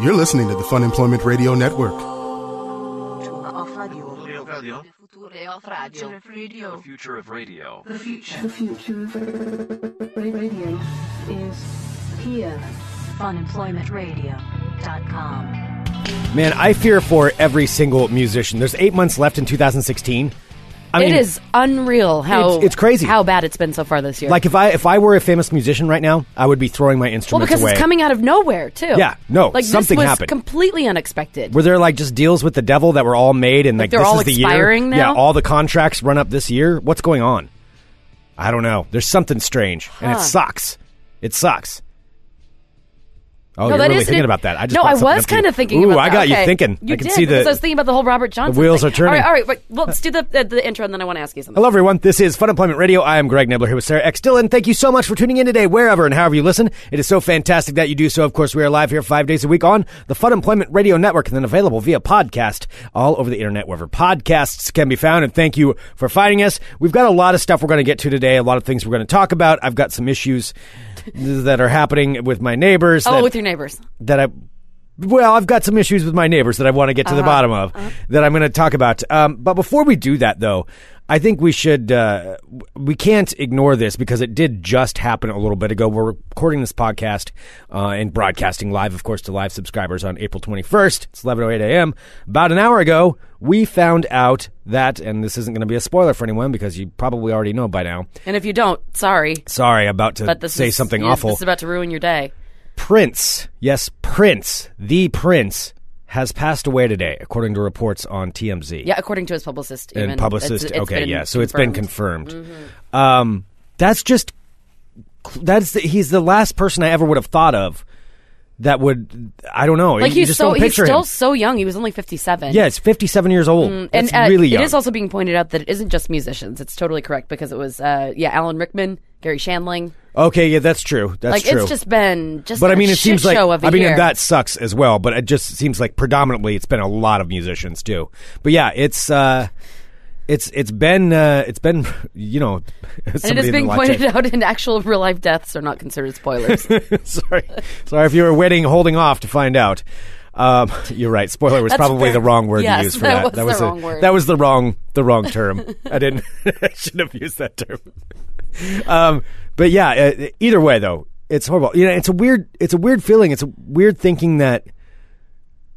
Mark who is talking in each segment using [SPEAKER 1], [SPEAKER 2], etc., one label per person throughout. [SPEAKER 1] You're listening to the Fun Employment Radio Network.
[SPEAKER 2] Off radio.
[SPEAKER 3] Future of Radio.
[SPEAKER 2] Radio.
[SPEAKER 4] future of radio.
[SPEAKER 5] The future of radio is here.
[SPEAKER 3] FunemploymentRadio.com.
[SPEAKER 6] Man, I fear for every single musician. There's eight months left in 2016. I
[SPEAKER 7] it is unreal how
[SPEAKER 6] It's- it's crazy.
[SPEAKER 7] how bad it's been so far this year.
[SPEAKER 6] Like if I if I were a famous musician right now, I would be throwing my
[SPEAKER 7] well,
[SPEAKER 6] instruments
[SPEAKER 7] because
[SPEAKER 6] away.
[SPEAKER 7] it's coming out of nowhere too.
[SPEAKER 6] Yeah, no,
[SPEAKER 7] like this
[SPEAKER 6] something
[SPEAKER 7] was
[SPEAKER 6] happened.
[SPEAKER 7] completely unexpected.
[SPEAKER 6] were there like just deals with the devil that were all made and like,
[SPEAKER 7] they're
[SPEAKER 6] this
[SPEAKER 7] all
[SPEAKER 6] is the
[SPEAKER 7] expiring
[SPEAKER 6] year?
[SPEAKER 7] now?
[SPEAKER 6] Yeah, all the contracts run up this year. What's going on? I don't know. There's something strange, and it
[SPEAKER 7] Huh.
[SPEAKER 6] sucks. It sucks. Oh,
[SPEAKER 7] no,
[SPEAKER 6] you're
[SPEAKER 7] that
[SPEAKER 6] really
[SPEAKER 7] is-
[SPEAKER 6] thinking about that. I just
[SPEAKER 7] no,
[SPEAKER 6] brought
[SPEAKER 7] I
[SPEAKER 6] something
[SPEAKER 7] was
[SPEAKER 6] up to you.
[SPEAKER 7] kind of thinking.
[SPEAKER 6] Ooh,
[SPEAKER 7] about
[SPEAKER 6] I
[SPEAKER 7] that.
[SPEAKER 6] got you
[SPEAKER 7] Okay.
[SPEAKER 6] thinking.
[SPEAKER 7] You
[SPEAKER 6] I can
[SPEAKER 7] did,
[SPEAKER 6] see
[SPEAKER 7] because I was
[SPEAKER 6] the
[SPEAKER 7] thinking about the whole Robert Johnson.
[SPEAKER 6] wheels
[SPEAKER 7] thing.
[SPEAKER 6] are turning. Oh,
[SPEAKER 7] All right, all right. But, well, let's do the, the the intro, and then I want to ask you something.
[SPEAKER 6] Hello, everyone. This is Fun Employment Radio. I am Greg Nibbler here with Sarah X. Dillon. Thank you so much for tuning in today, wherever and however you listen. It is so fantastic that you do so. Of course, we are live here five days a week on the Fun Employment Radio Network and then available via podcast all over the internet, wherever podcasts can be found. And thank you for finding us. We've got a lot of stuff we're going to get to today, a lot of things we're going to talk about. I've got some issues that are happening with my neighbors.
[SPEAKER 7] Oh,
[SPEAKER 6] that-
[SPEAKER 7] with your neighbors.
[SPEAKER 6] that I well, I've got some issues with my neighbors that I want to get to
[SPEAKER 7] Uh-huh.
[SPEAKER 6] the bottom of that I'm going to talk about. Um, but before we do that, though, I think we should uh, w- we can't ignore this because it did just happen a little bit ago. We're recording this podcast uh, and broadcasting live, of course, to live subscribers on April 21st. It's 11:08 a.m. About an hour ago, we found out that, and this isn't going to be a spoiler for anyone because you probably already know by now.
[SPEAKER 7] And if you don't, sorry.
[SPEAKER 6] Sorry, about to
[SPEAKER 7] But this
[SPEAKER 6] say
[SPEAKER 7] is,
[SPEAKER 6] something
[SPEAKER 7] yeah,
[SPEAKER 6] awful.
[SPEAKER 7] This is about to ruin your day.
[SPEAKER 6] Prince, yes, Prince, the Prince, has passed away today, according to reports on TMZ.
[SPEAKER 7] Yeah, according to his publicist.
[SPEAKER 6] and
[SPEAKER 7] even.
[SPEAKER 6] publicist.
[SPEAKER 7] It's- it's
[SPEAKER 6] okay,
[SPEAKER 7] been Mm-hmm.
[SPEAKER 6] yeah, so it's been confirmed. Um, that's just that's the, he's the last person I ever would have thought of that would I don't know.
[SPEAKER 7] Like
[SPEAKER 6] you
[SPEAKER 7] he's
[SPEAKER 6] just
[SPEAKER 7] so
[SPEAKER 6] don't
[SPEAKER 7] he's
[SPEAKER 6] picture
[SPEAKER 7] still
[SPEAKER 6] him.
[SPEAKER 7] so young. He was only fifty-seven.
[SPEAKER 6] Yeah, it's fifty-seven years old.
[SPEAKER 7] and
[SPEAKER 6] That's
[SPEAKER 7] uh,
[SPEAKER 6] really young.
[SPEAKER 7] it is also being pointed out that it isn't just musicians. It's totally correct because it was uh, yeah, Alan Rickman, Gary Shandling.
[SPEAKER 6] okay, yeah, that's true. That's
[SPEAKER 7] like
[SPEAKER 6] true.
[SPEAKER 7] it's just been just.
[SPEAKER 6] But
[SPEAKER 7] a
[SPEAKER 6] I mean, it
[SPEAKER 7] shit
[SPEAKER 6] seems like
[SPEAKER 7] show of a
[SPEAKER 6] I mean,
[SPEAKER 7] year.
[SPEAKER 6] and that sucks as well. But it just seems like predominantly it's been a lot of musicians too. But yeah, it's uh, it's it's been uh, it's been you know,
[SPEAKER 7] and it
[SPEAKER 6] somebody
[SPEAKER 7] is
[SPEAKER 6] in the
[SPEAKER 7] being
[SPEAKER 6] live
[SPEAKER 7] pointed
[SPEAKER 6] chat-
[SPEAKER 7] out in actual real life deaths are not considered spoilers.
[SPEAKER 6] sorry, sorry if you were waiting, holding off to find out. Um, you're right. Spoiler was
[SPEAKER 7] That's
[SPEAKER 6] probably
[SPEAKER 7] fair.
[SPEAKER 6] the wrong word to
[SPEAKER 7] Yes,
[SPEAKER 6] use for
[SPEAKER 7] that
[SPEAKER 6] that.
[SPEAKER 7] was the
[SPEAKER 6] a-
[SPEAKER 7] wrong word.
[SPEAKER 6] That was the wrong the wrong term. I didn't. I shouldn't have used that term. um, but yeah, uh, either way though, it's horrible. You know, it's a weird it's a weird feeling. It's a weird thinking that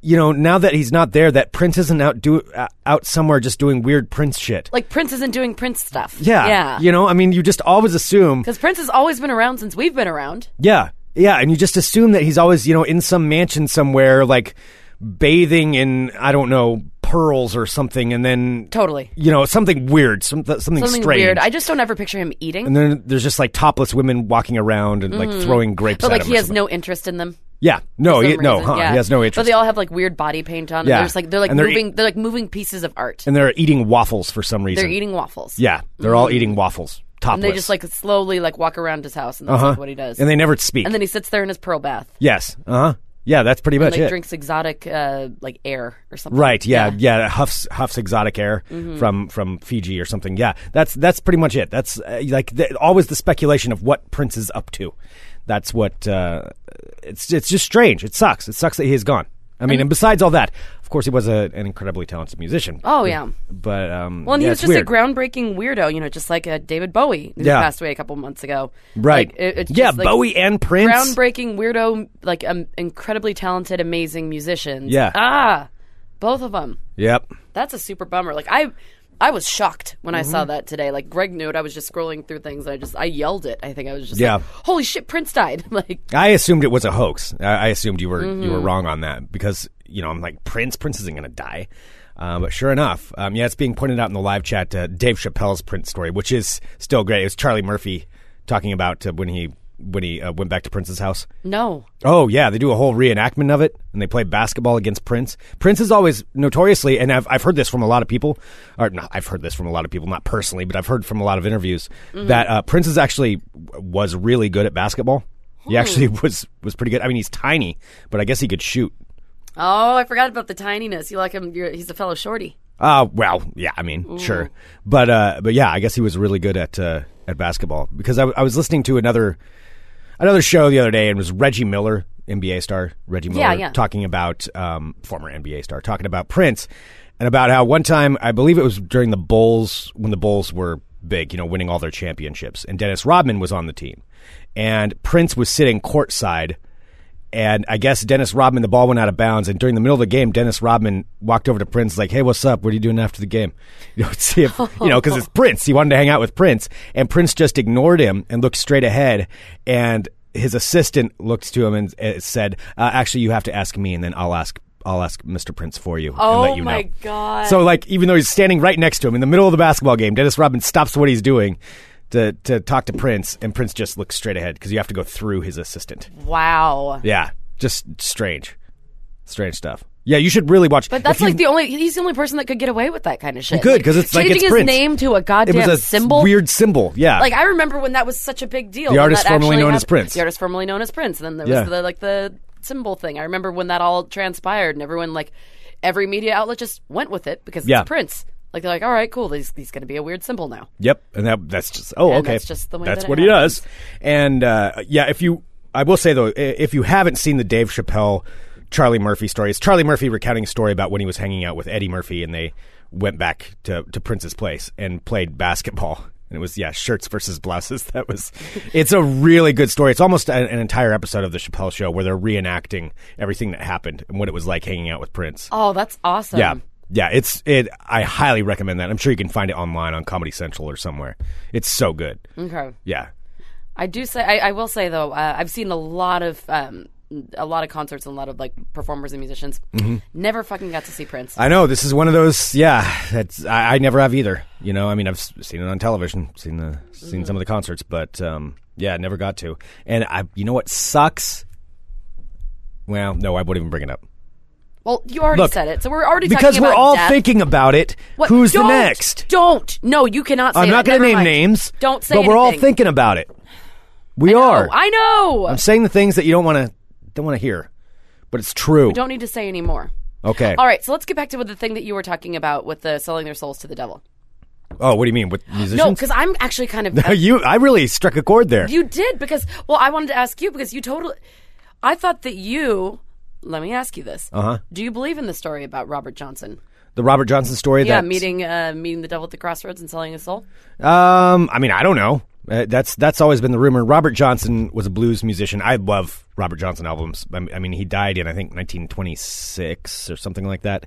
[SPEAKER 6] you know now that he's not there, that Prince isn't out do uh, out somewhere just doing weird Prince shit.
[SPEAKER 7] like Prince isn't doing Prince stuff.
[SPEAKER 6] yeah,
[SPEAKER 7] yeah.
[SPEAKER 6] You know, I mean, you just always assume
[SPEAKER 7] because Prince has always been around since we've been around.
[SPEAKER 6] Yeah. Yeah. And you just assume that he's always, you know, in some mansion somewhere, like bathing in, I don't know, pearls or something. And then,
[SPEAKER 7] Totally.
[SPEAKER 6] you know, something weird, some, th- something,
[SPEAKER 7] Something
[SPEAKER 6] strange.
[SPEAKER 7] weird. I just don't ever picture him eating.
[SPEAKER 6] and then there's just like topless women walking around and like throwing grapes
[SPEAKER 7] Mm-hmm. but
[SPEAKER 6] at
[SPEAKER 7] like
[SPEAKER 6] him
[SPEAKER 7] he
[SPEAKER 6] or
[SPEAKER 7] has
[SPEAKER 6] something.
[SPEAKER 7] no interest in them.
[SPEAKER 6] Yeah. No,
[SPEAKER 7] for
[SPEAKER 6] he,
[SPEAKER 7] some
[SPEAKER 6] no,
[SPEAKER 7] reason.
[SPEAKER 6] huh?
[SPEAKER 7] Yeah.
[SPEAKER 6] He has no
[SPEAKER 7] But
[SPEAKER 6] interest.
[SPEAKER 7] they all have like weird body paint on.
[SPEAKER 6] Yeah.
[SPEAKER 7] Yeah. They're just, like they're like
[SPEAKER 6] And they're
[SPEAKER 7] moving.
[SPEAKER 6] eat-
[SPEAKER 7] they're like moving pieces of art.
[SPEAKER 6] and they're eating waffles for some reason.
[SPEAKER 7] they're eating waffles.
[SPEAKER 6] Yeah. They're all eating waffles. Topless.
[SPEAKER 7] And they just like slowly like walk around his house, and that's like what he does.
[SPEAKER 6] Uh-huh. And they never speak.
[SPEAKER 7] And then he sits there in his pearl bath,
[SPEAKER 6] yes. Uh huh. Yeah. That's pretty much
[SPEAKER 7] like
[SPEAKER 6] it.
[SPEAKER 7] drinks exotic uh, like air or something.
[SPEAKER 6] Right. Yeah. Yeah. Huff's Huff's exotic air
[SPEAKER 7] Mm-hmm.
[SPEAKER 6] from from Fiji or something. Yeah. That's that's pretty much it. That's uh, like the, always the speculation of what Prince is up to. That's what uh, it's it's just strange. It sucks. It sucks that he is gone. I mean, and besides all that, of course, he was a, an incredibly talented musician.
[SPEAKER 7] Oh yeah.
[SPEAKER 6] But um,
[SPEAKER 7] Well, and
[SPEAKER 6] yeah,
[SPEAKER 7] he was
[SPEAKER 6] it's
[SPEAKER 7] just
[SPEAKER 6] weird.
[SPEAKER 7] a groundbreaking weirdo, you know, just like uh, David Bowie, who
[SPEAKER 6] Yeah.
[SPEAKER 7] passed away a couple months ago.
[SPEAKER 6] right.
[SPEAKER 7] Like, it- it's
[SPEAKER 6] yeah,
[SPEAKER 7] just, like,
[SPEAKER 6] Bowie and Prince.
[SPEAKER 7] Groundbreaking weirdo, like um, incredibly talented, amazing musicians.
[SPEAKER 6] Yeah.
[SPEAKER 7] Ah, both of them.
[SPEAKER 6] yep.
[SPEAKER 7] That's a super bummer. Like I, I was shocked when I
[SPEAKER 6] Mm-hmm.
[SPEAKER 7] saw that today. Like Greg knew it. I was just scrolling through things. And I just I yelled it. I think I was just
[SPEAKER 6] Yeah.
[SPEAKER 7] like, holy shit, Prince died. like
[SPEAKER 6] I assumed it was a hoax. I, I assumed you were you were wrong on that because you know I'm like Prince. Prince isn't going to die, uh, but sure enough, um, yeah, it's being pointed out in the live chat. Uh, Dave Chappelle's Prince story, which is still great. It was Charlie Murphy talking about uh, when he when he uh, went back to Prince's house.
[SPEAKER 7] no,
[SPEAKER 6] Oh yeah, they do a whole reenactment of it, and they play basketball against Prince. Prince is always notoriously, and I've I've heard this from a lot of people, or not, I've heard this from a lot of people, not personally, but I've heard from a lot of interviews that uh, Prince is actually was really good at basketball. He actually was was pretty good. I mean, he's tiny, but I guess he could shoot.
[SPEAKER 7] oh, I forgot about the tininess. You like him? You're, he's a fellow shorty.
[SPEAKER 6] Uh, well, yeah, I mean, sure, but uh, but yeah, I guess he was really good at uh, at basketball because I, w- I was listening to another another show the other day and it was Reggie Miller NBA star Reggie Miller
[SPEAKER 7] Yeah, yeah.
[SPEAKER 6] talking about um, former NBA star talking about Prince and about how one time I believe it was during the Bulls when the Bulls were big, you know, winning all their championships, and Dennis Rodman was on the team, and Prince was sitting courtside. And I guess Dennis Rodman, the ball went out of bounds. And during the middle of the game, Dennis Rodman walked over to Prince, like, "Hey, what's up? What are you doing after the game?" You know, see if you know, because it's Prince. He wanted to hang out with Prince, and Prince just ignored him and looked straight ahead. And his assistant looked to him and uh, said, uh, "Actually, you have to ask me, and then I'll ask." I'll ask Mr. Prince for you and
[SPEAKER 7] Oh
[SPEAKER 6] let you
[SPEAKER 7] my
[SPEAKER 6] know.
[SPEAKER 7] God.
[SPEAKER 6] So like, even though he's standing right next to him in the middle of the basketball game, Dennis Rodman stops what he's doing to to talk to Prince, and Prince just looks straight ahead because you have to go through his assistant.
[SPEAKER 7] Wow.
[SPEAKER 6] Yeah, just strange, strange stuff. Yeah, you should really watch.
[SPEAKER 7] But that's like the only he's the only person that could get away with that kind of shit.
[SPEAKER 6] could, 'cause it's like
[SPEAKER 7] changing
[SPEAKER 6] it's
[SPEAKER 7] his
[SPEAKER 6] Prince.
[SPEAKER 7] name to a
[SPEAKER 6] it
[SPEAKER 7] goddamn
[SPEAKER 6] was a
[SPEAKER 7] symbol.
[SPEAKER 6] weird symbol. Yeah,
[SPEAKER 7] Like I remember when that was such a big deal.
[SPEAKER 6] The
[SPEAKER 7] when
[SPEAKER 6] artist
[SPEAKER 7] that
[SPEAKER 6] formerly
[SPEAKER 7] actually
[SPEAKER 6] known as
[SPEAKER 7] happened.
[SPEAKER 6] Prince.
[SPEAKER 7] The artist formerly known as Prince. And then there
[SPEAKER 6] Yeah.
[SPEAKER 7] was the like the symbol thing. I remember when that all transpired, and everyone like every media outlet just went with it because
[SPEAKER 6] Yeah.
[SPEAKER 7] it's Prince. Like they're like, all right, cool. He's, he's going to be a weird symbol now.
[SPEAKER 6] Yep, and that that's just oh
[SPEAKER 7] And
[SPEAKER 6] okay.
[SPEAKER 7] that's just the way
[SPEAKER 6] That's
[SPEAKER 7] that it
[SPEAKER 6] what he does. And uh, yeah, if you, I will say though, i- if you haven't seen the Dave Chappelle, Charlie Murphy story, it's Charlie Murphy recounting a story about when he was hanging out with Eddie Murphy and they went back to to Prince's place and played basketball. And it was yeah, shirts versus blouses. That was, it's a really good story. It's almost an, an entire episode of the Chappelle Show where they're reenacting everything that happened and what it was like hanging out with Prince.
[SPEAKER 7] Oh, that's awesome.
[SPEAKER 6] Yeah. Yeah, it's it I highly recommend that. I'm sure you can find it online on Comedy Central or somewhere. It's so good.
[SPEAKER 7] Okay.
[SPEAKER 6] Yeah.
[SPEAKER 7] I do say I, I will say though uh, I've seen a lot of um, a lot of concerts and a lot of like performers and musicians.
[SPEAKER 6] Mm-hmm.
[SPEAKER 7] Never fucking got to see Prince.
[SPEAKER 6] I know this is one of those yeah, that's I, I never have either. You know, I mean I've s- seen it on television, seen the
[SPEAKER 7] Mm-hmm.
[SPEAKER 6] seen some of the concerts, but um yeah, never got to. And I you know what sucks? Well, no, I won't even bring it up.
[SPEAKER 7] well, you already
[SPEAKER 6] Look,
[SPEAKER 7] said it, so we're already
[SPEAKER 6] Because
[SPEAKER 7] talking
[SPEAKER 6] we're
[SPEAKER 7] about
[SPEAKER 6] all
[SPEAKER 7] death.
[SPEAKER 6] thinking about it.
[SPEAKER 7] What-
[SPEAKER 6] Who's the
[SPEAKER 7] don't-
[SPEAKER 6] next?
[SPEAKER 7] Don't. No, you cannot. Say
[SPEAKER 6] I'm not
[SPEAKER 7] going to
[SPEAKER 6] name names.
[SPEAKER 7] Don't say
[SPEAKER 6] But we're all
[SPEAKER 7] anything.
[SPEAKER 6] thinking about it. We are.
[SPEAKER 7] Oh, I know.
[SPEAKER 6] I'm saying the things that you don't want to don't want to hear, but it's true.
[SPEAKER 7] don't need to say anymore.
[SPEAKER 6] Okay.
[SPEAKER 7] All right, so let's get back to the thing that you were talking about with the selling their souls to the devil.
[SPEAKER 6] Oh, what do you mean with musicians?
[SPEAKER 7] No, because I'm actually kind of
[SPEAKER 6] you. I really struck a chord there.
[SPEAKER 7] You did because well, I wanted to ask you because you totally. I thought that you. Let me ask you this. Uh
[SPEAKER 6] Uh-huh.
[SPEAKER 7] huh. Do you believe in the story about Robert Johnson?
[SPEAKER 6] the Robert Johnson story.
[SPEAKER 7] Yeah,
[SPEAKER 6] that's-
[SPEAKER 7] meeting uh, meeting the devil at the crossroads and selling his soul.
[SPEAKER 6] Um, I mean, I don't know. Uh, that's that's always been the rumor. Robert Johnson was a blues musician. I love Robert Johnson albums. I mean- I mean, he died in I think 1926 or something like that.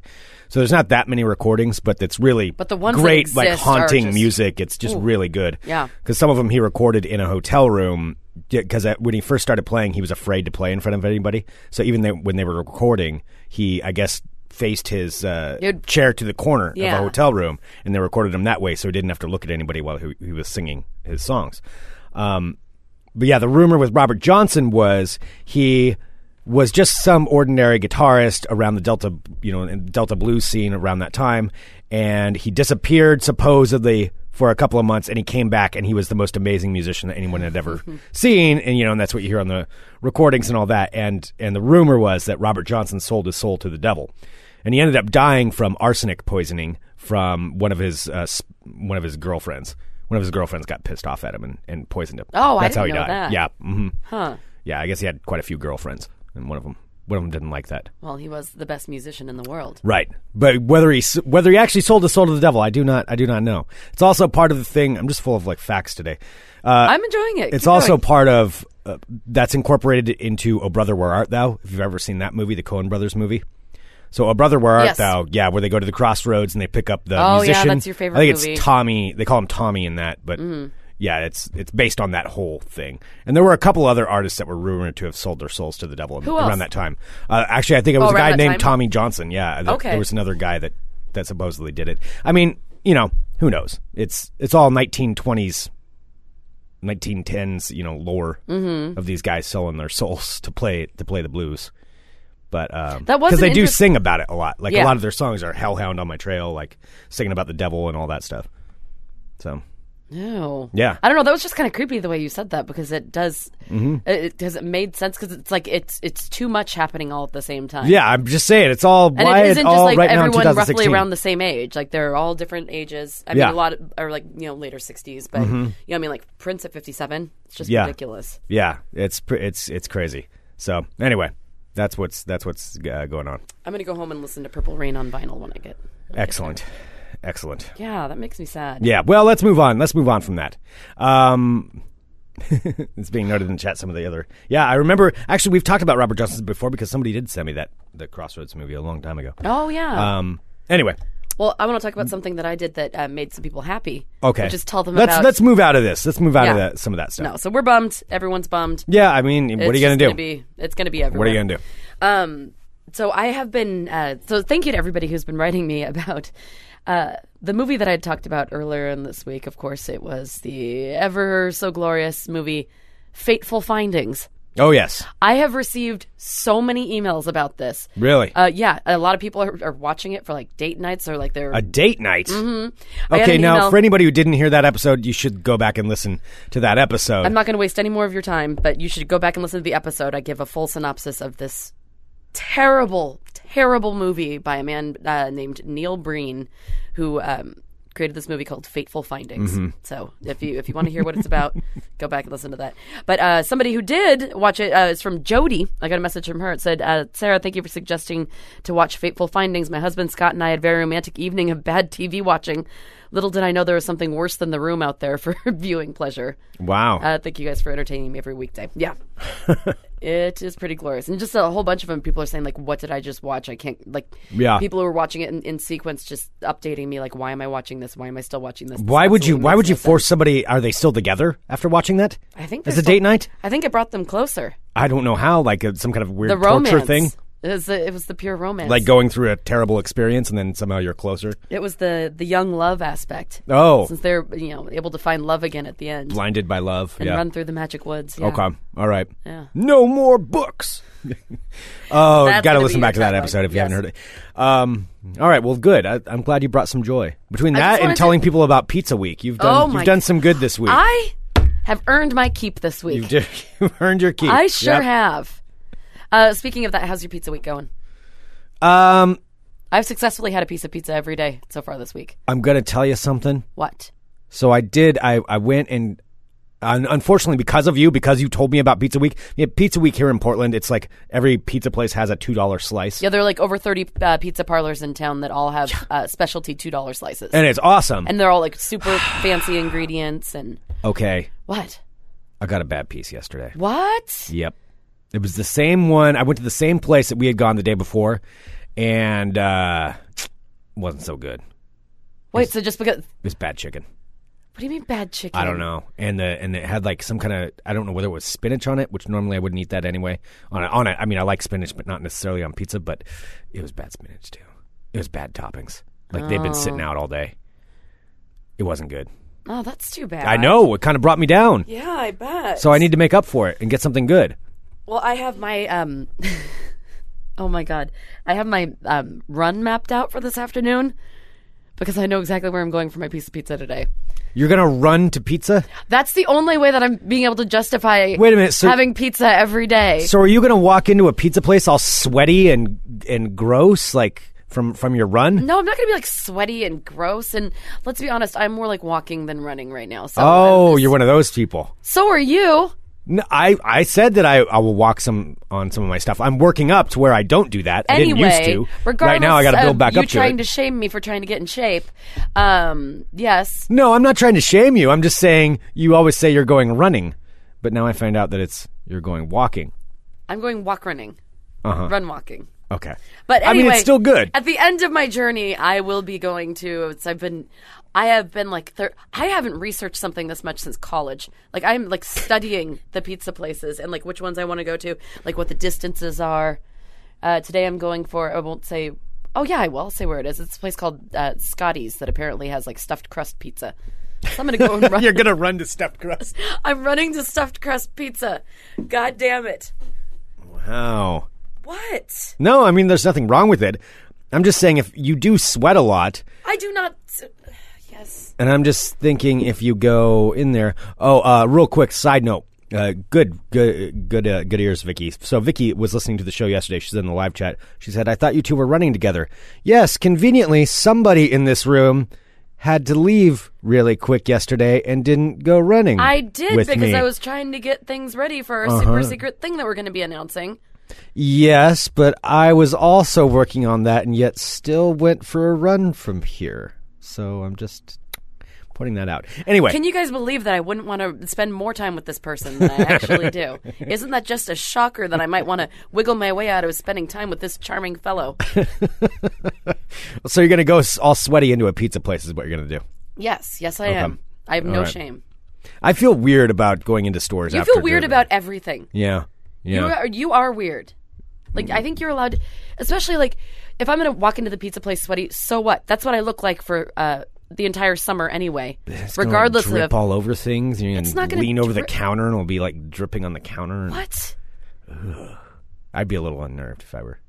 [SPEAKER 6] So there's not that many recordings, but it's really
[SPEAKER 7] But the ones that
[SPEAKER 6] great, like
[SPEAKER 7] exist are
[SPEAKER 6] haunting
[SPEAKER 7] just-
[SPEAKER 6] music. It's just really good.
[SPEAKER 7] Yeah.
[SPEAKER 6] because some of them he recorded in a hotel room. Because when he first started playing, he was afraid to play in front of anybody. So even they, when they were recording, he I guess faced his uh,
[SPEAKER 7] You'd-
[SPEAKER 6] chair to the corner of
[SPEAKER 7] Yeah.
[SPEAKER 6] a hotel room, and they recorded him that way, so he didn't have to look at anybody while he, he was singing his songs. Um, but yeah, the rumor with Robert Johnson was he was just some ordinary guitarist around the Delta, you know, in Delta blues scene around that time, and he disappeared supposedly for a couple of months, and he came back, and he was the most amazing musician that anyone had ever seen, and you know, and that's what you hear on the recordings and all that, and and the rumor was that Robert Johnson sold his soul to the devil, and he ended up dying from arsenic poisoning from one of his uh, sp- one of his girlfriends. One of his girlfriends got pissed off at him and, and poisoned him.
[SPEAKER 7] Oh, I
[SPEAKER 6] that's how he
[SPEAKER 7] didn't know
[SPEAKER 6] died.
[SPEAKER 7] that.
[SPEAKER 6] Yeah, hmm
[SPEAKER 7] Huh.
[SPEAKER 6] yeah. I guess he had quite a few girlfriends, and one of them one of them didn't like that.
[SPEAKER 7] Well, he was the best musician in the world.
[SPEAKER 6] Right, but whether he s- whether he actually sold his soul to the devil, I do not I do not know. It's also part of the thing. I'm just full of like facts today. Uh,
[SPEAKER 7] I'm enjoying it.
[SPEAKER 6] it's
[SPEAKER 7] Keep
[SPEAKER 6] also
[SPEAKER 7] going.
[SPEAKER 6] part of uh, that's incorporated into "O Brother, Where Art Thou?" If you've ever seen that movie, the Coen Brothers movie. So, "O Brother, Where Art
[SPEAKER 7] Yes.
[SPEAKER 6] Thou?" Yeah, where they go to the crossroads and they pick up the
[SPEAKER 7] Oh, yeah,
[SPEAKER 6] musician.
[SPEAKER 7] that's your favorite
[SPEAKER 6] I think
[SPEAKER 7] movie. Mm-hmm.
[SPEAKER 6] it's Tommy. They call him Tommy in that, but yeah, it's it's based on that whole thing. And there were a couple other artists that were rumored to have sold their souls to the devil
[SPEAKER 7] Who
[SPEAKER 6] around
[SPEAKER 7] else?
[SPEAKER 6] that time. Uh, actually, I think it was
[SPEAKER 7] Oh,
[SPEAKER 6] a
[SPEAKER 7] around
[SPEAKER 6] guy
[SPEAKER 7] that
[SPEAKER 6] named
[SPEAKER 7] time?
[SPEAKER 6] Tommy Johnson. Yeah, th-
[SPEAKER 7] Okay.
[SPEAKER 6] there was another guy that that supposedly did it. I mean, you know, who knows? It's it's all 1920s 1910s, you know, lore
[SPEAKER 7] Mm-hmm.
[SPEAKER 6] of these guys selling their souls to play to play the blues. But um,
[SPEAKER 7] That was
[SPEAKER 6] because
[SPEAKER 7] an
[SPEAKER 6] they do
[SPEAKER 7] interest-
[SPEAKER 6] sing about it a lot. Like
[SPEAKER 7] Yeah.
[SPEAKER 6] a lot of their songs are "Hellhound on My Trail," like singing about the devil and all that stuff. So
[SPEAKER 7] No.
[SPEAKER 6] Yeah. Mm-hmm.
[SPEAKER 7] I don't know. That was just kind of creepy the way you said that because it does. It, it- does it made sense because it's like it's it's too much happening all at the same time.
[SPEAKER 6] yeah, I'm just saying it's all
[SPEAKER 7] And
[SPEAKER 6] why
[SPEAKER 7] it
[SPEAKER 6] it's
[SPEAKER 7] isn't
[SPEAKER 6] all
[SPEAKER 7] just like
[SPEAKER 6] right now in
[SPEAKER 7] everyone roughly
[SPEAKER 6] 2016.
[SPEAKER 7] around the same age. Like they're all different ages. I
[SPEAKER 6] Yeah. Mm-hmm.
[SPEAKER 7] mean, a lot of, are like you know later sixties, but you know, I mean, like Prince at fifty seven. It's just
[SPEAKER 6] Yeah.
[SPEAKER 7] ridiculous.
[SPEAKER 6] yeah, it's pr- it's it's crazy. So anyway, that's what's that's what's uh, going on.
[SPEAKER 7] I'm gonna go home and listen to Purple Rain on vinyl when I get.
[SPEAKER 6] Excellent, excellent.
[SPEAKER 7] Yeah, that makes me sad.
[SPEAKER 6] Yeah. Well, let's move on. Let's move on from that. Um, it's being noted in chat. Some of the other. Yeah, I remember. Actually, we've talked about Robert Johnson before because somebody did send me that the Crossroads movie a long time ago.
[SPEAKER 7] Oh yeah.
[SPEAKER 6] Um. Anyway.
[SPEAKER 7] well, I want to talk about something that I did that uh, made some people happy.
[SPEAKER 6] Okay.
[SPEAKER 7] Just tell them
[SPEAKER 6] let's,
[SPEAKER 7] about.
[SPEAKER 6] Let's move out of this. Let's move out of
[SPEAKER 7] Yeah.
[SPEAKER 6] that, some of that stuff.
[SPEAKER 7] no, so we're bummed. Everyone's bummed.
[SPEAKER 6] Yeah, I mean, what are
[SPEAKER 7] It's
[SPEAKER 6] you gonna
[SPEAKER 7] just
[SPEAKER 6] do?
[SPEAKER 7] Gonna be, it's gonna be everywhere.
[SPEAKER 6] what are you gonna do?
[SPEAKER 7] Um, so I have been. Uh, so thank you to everybody who's been writing me about uh, the movie that I talked about earlier in this week. Of course, it was the ever so glorious movie, Fateful Findings.
[SPEAKER 6] Oh yes,
[SPEAKER 7] I have received so many emails about this.
[SPEAKER 6] really.
[SPEAKER 7] Uh, yeah, a lot of people are, are watching it for like date nights or like they're.
[SPEAKER 6] a date night.
[SPEAKER 7] mm-hmm. I had
[SPEAKER 6] Okay,
[SPEAKER 7] an
[SPEAKER 6] now
[SPEAKER 7] email-
[SPEAKER 6] for anybody who didn't hear that episode, you should go back and listen to that episode.
[SPEAKER 7] I'm not going to waste any more of your time, but you should go back and listen to the episode. I give a full synopsis of this terrible, terrible movie by a man uh, named Neil Breen, who um, created this movie called Fateful Findings. So if you if you want to hear what it's about, go back and listen to that. But uh, somebody who did watch it uh, is from Jody. I got a message from her. It said, uh, "Sarah, thank you for suggesting to watch Fateful Findings. My husband Scott and I had a very romantic evening of bad TV watching. Little did I know there was something worse than the room out there for viewing pleasure."
[SPEAKER 6] wow.
[SPEAKER 7] Uh, thank you guys for entertaining me every weekday. Yeah. it is pretty glorious. And just a whole bunch of them, people are saying, like, what did I just watch? I can't, like,
[SPEAKER 6] Yeah.
[SPEAKER 7] people who are watching it in, in sequence just updating me, like, why am I watching this? Why am I still watching this? This
[SPEAKER 6] why would you?
[SPEAKER 7] absolutely
[SPEAKER 6] Why
[SPEAKER 7] makes
[SPEAKER 6] would you
[SPEAKER 7] no sense.
[SPEAKER 6] force somebody? Are they still together after watching that?
[SPEAKER 7] I think
[SPEAKER 6] as
[SPEAKER 7] they're
[SPEAKER 6] a date
[SPEAKER 7] still-
[SPEAKER 6] night.
[SPEAKER 7] I think it brought them closer.
[SPEAKER 6] I don't know how. Like uh, some kind of weird
[SPEAKER 7] The
[SPEAKER 6] torture
[SPEAKER 7] romance.
[SPEAKER 6] thing.
[SPEAKER 7] It was, the, it was the pure romance.
[SPEAKER 6] Like going through a terrible experience and then somehow you're closer.
[SPEAKER 7] it was the, the young love aspect.
[SPEAKER 6] Oh,
[SPEAKER 7] Since they're, you know, able to find love again at the end
[SPEAKER 6] blinded by love.
[SPEAKER 7] and
[SPEAKER 6] yeah.
[SPEAKER 7] run through the magic woods. Yeah.
[SPEAKER 6] Okay. All right.
[SPEAKER 7] Yeah.
[SPEAKER 6] No more books. oh,
[SPEAKER 7] That's
[SPEAKER 6] got to
[SPEAKER 7] gonna
[SPEAKER 6] listen
[SPEAKER 7] be
[SPEAKER 6] back to
[SPEAKER 7] your
[SPEAKER 6] that
[SPEAKER 7] topic.
[SPEAKER 6] episode if you
[SPEAKER 7] Yes.
[SPEAKER 6] haven't heard it. Um, all right. Well, good. I, I'm glad you brought some joy between
[SPEAKER 7] I just
[SPEAKER 6] that and
[SPEAKER 7] wanted to-
[SPEAKER 6] telling people about Pizza Week. You've done.
[SPEAKER 7] Oh
[SPEAKER 6] you've
[SPEAKER 7] my
[SPEAKER 6] done
[SPEAKER 7] g-
[SPEAKER 6] some good this week.
[SPEAKER 7] I have earned my keep this week.
[SPEAKER 6] you've, did, you've earned your keep.
[SPEAKER 7] I sure
[SPEAKER 6] Yep.
[SPEAKER 7] have. Uh, speaking of that, how's your pizza week going?
[SPEAKER 6] Um,
[SPEAKER 7] I've successfully had a piece of pizza every day so far this week.
[SPEAKER 6] I'm gonna tell you something.
[SPEAKER 7] What?
[SPEAKER 6] So I did. I I went and. un- Unfortunately, because of you, because you told me about Pizza Week, yeah, Pizza Week here in Portland, it's like every pizza place has a two dollar slice,
[SPEAKER 7] Yeah, there are like over 30 uh, pizza parlors in town that all have uh, specialty $2 slices.
[SPEAKER 6] and it's awesome.
[SPEAKER 7] And they're all like super fancy ingredients and
[SPEAKER 6] okay,
[SPEAKER 7] what?
[SPEAKER 6] I got a bad piece yesterday.
[SPEAKER 7] What?
[SPEAKER 6] Yep. It was the same one. I went to the same place that we had gone the day before, and uh, wasn't so good. It
[SPEAKER 7] Wait, so just because. What
[SPEAKER 6] was bad chicken.
[SPEAKER 7] do you mean bad chicken?
[SPEAKER 6] I don't know, and the and it had like some kind of I don't know whether it was spinach on it, which normally I wouldn't eat that anyway. On a, on a, I mean, I like spinach, but not necessarily on pizza. But it was bad spinach too. It was bad toppings. Like they've been sitting out all day. It wasn't good.
[SPEAKER 7] Oh, that's too bad.
[SPEAKER 6] I know it kind of brought me down.
[SPEAKER 7] Yeah, I bet.
[SPEAKER 6] So I need to make up for it and get something good.
[SPEAKER 7] Well, I have my um Oh my god. I have my um run mapped out for this afternoon because I know exactly where I'm going for my piece of pizza today.
[SPEAKER 6] You're gonna run to pizza.
[SPEAKER 7] That's the only way that I'm being able to justify
[SPEAKER 6] Wait a minute, so-
[SPEAKER 7] having pizza every day.
[SPEAKER 6] So are you going to walk into a pizza place all sweaty and and gross like from from your run?
[SPEAKER 7] no, I'm not going to be like sweaty and gross and let's be honest, I'm more like walking than running right now. So
[SPEAKER 6] Oh,
[SPEAKER 7] I'm just-
[SPEAKER 6] you're one of those people.
[SPEAKER 7] So are you?
[SPEAKER 6] No, I I said that I, I will walk some on some of my stuff. I'm working up to where I don't do that.
[SPEAKER 7] Anyway,
[SPEAKER 6] I didn't used to.
[SPEAKER 7] regardless
[SPEAKER 6] Right now I got to build
[SPEAKER 7] of
[SPEAKER 6] back
[SPEAKER 7] you
[SPEAKER 6] up to
[SPEAKER 7] trying
[SPEAKER 6] it.
[SPEAKER 7] to shame me for trying to get in shape. Um, yes,
[SPEAKER 6] no, I'm not trying to shame you. I'm just saying you always say you're going running, but now I find out that it's you're going walking.
[SPEAKER 7] I'm going walk running.
[SPEAKER 6] Uh-huh.
[SPEAKER 7] Run walking.
[SPEAKER 6] Okay.
[SPEAKER 7] But
[SPEAKER 6] I mean,
[SPEAKER 7] anyway,
[SPEAKER 6] it's still good.
[SPEAKER 7] At the end of my journey, I will be going to. It's, I've been, I have been like, thir- I haven't researched something this much since college. Like I'm like studying the pizza places and like which ones I want to go to, like what the distances are. Uh, today I'm going for. I won't say. Oh yeah, I will I'll say where it is. It's a place called uh, Scotty's that apparently has like stuffed crust pizza. So I'm gonna go and run.
[SPEAKER 6] You're going to run to step crust.
[SPEAKER 7] I'm running to stuffed crust pizza. God damn it!
[SPEAKER 6] Wow.
[SPEAKER 7] What?
[SPEAKER 6] No, I mean there's nothing wrong with it. I'm just saying if you do sweat a lot,
[SPEAKER 7] I do not. Yes.
[SPEAKER 6] And I'm just thinking if you go in there. Oh, uh, real quick side note. Uh, good, good, good, uh, good ears, Vicky. So Vicky was listening to the show yesterday. She's in the live chat. She said, "I thought you two were running together." Yes, conveniently, somebody in this room had to leave really quick yesterday and didn't go running.
[SPEAKER 7] I did
[SPEAKER 6] with
[SPEAKER 7] because
[SPEAKER 6] me. Uh-huh.
[SPEAKER 7] I was trying to get things ready for our super secret thing that we're going to be announcing.
[SPEAKER 6] Yes, but I was also working on that and yet still went for a run from here. So I'm just pointing that out. Anyway,
[SPEAKER 7] Can you guys believe that I wouldn't want to spend more time with this person than I actually do? Isn't that just a shocker that I might want to wiggle my way out of spending time with this charming fellow?
[SPEAKER 6] so you're going to go s- all sweaty into a pizza place is what you're going to do.
[SPEAKER 7] Yes, yes, I am. I have no
[SPEAKER 6] Alright.
[SPEAKER 7] shame.
[SPEAKER 6] I feel weird about going into stores
[SPEAKER 7] You
[SPEAKER 6] after
[SPEAKER 7] feel weird
[SPEAKER 6] dinner.
[SPEAKER 7] about everything.
[SPEAKER 6] Yeah. Yeah.
[SPEAKER 7] You are, you are weird. Like I think you're allowed, to- especially like if I'm gonna walk into the pizza place sweaty. So what? That's what I look like for uh, the entire summer anyway.
[SPEAKER 6] It's gonna
[SPEAKER 7] Regardless
[SPEAKER 6] drip
[SPEAKER 7] of
[SPEAKER 6] all over things. and You're
[SPEAKER 7] It's
[SPEAKER 6] gonna
[SPEAKER 7] not gonna
[SPEAKER 6] lean over the
[SPEAKER 7] drip.
[SPEAKER 6] counter and it'll be like dripping on the counter. and
[SPEAKER 7] what?
[SPEAKER 6] I'd be a little unnerved if I were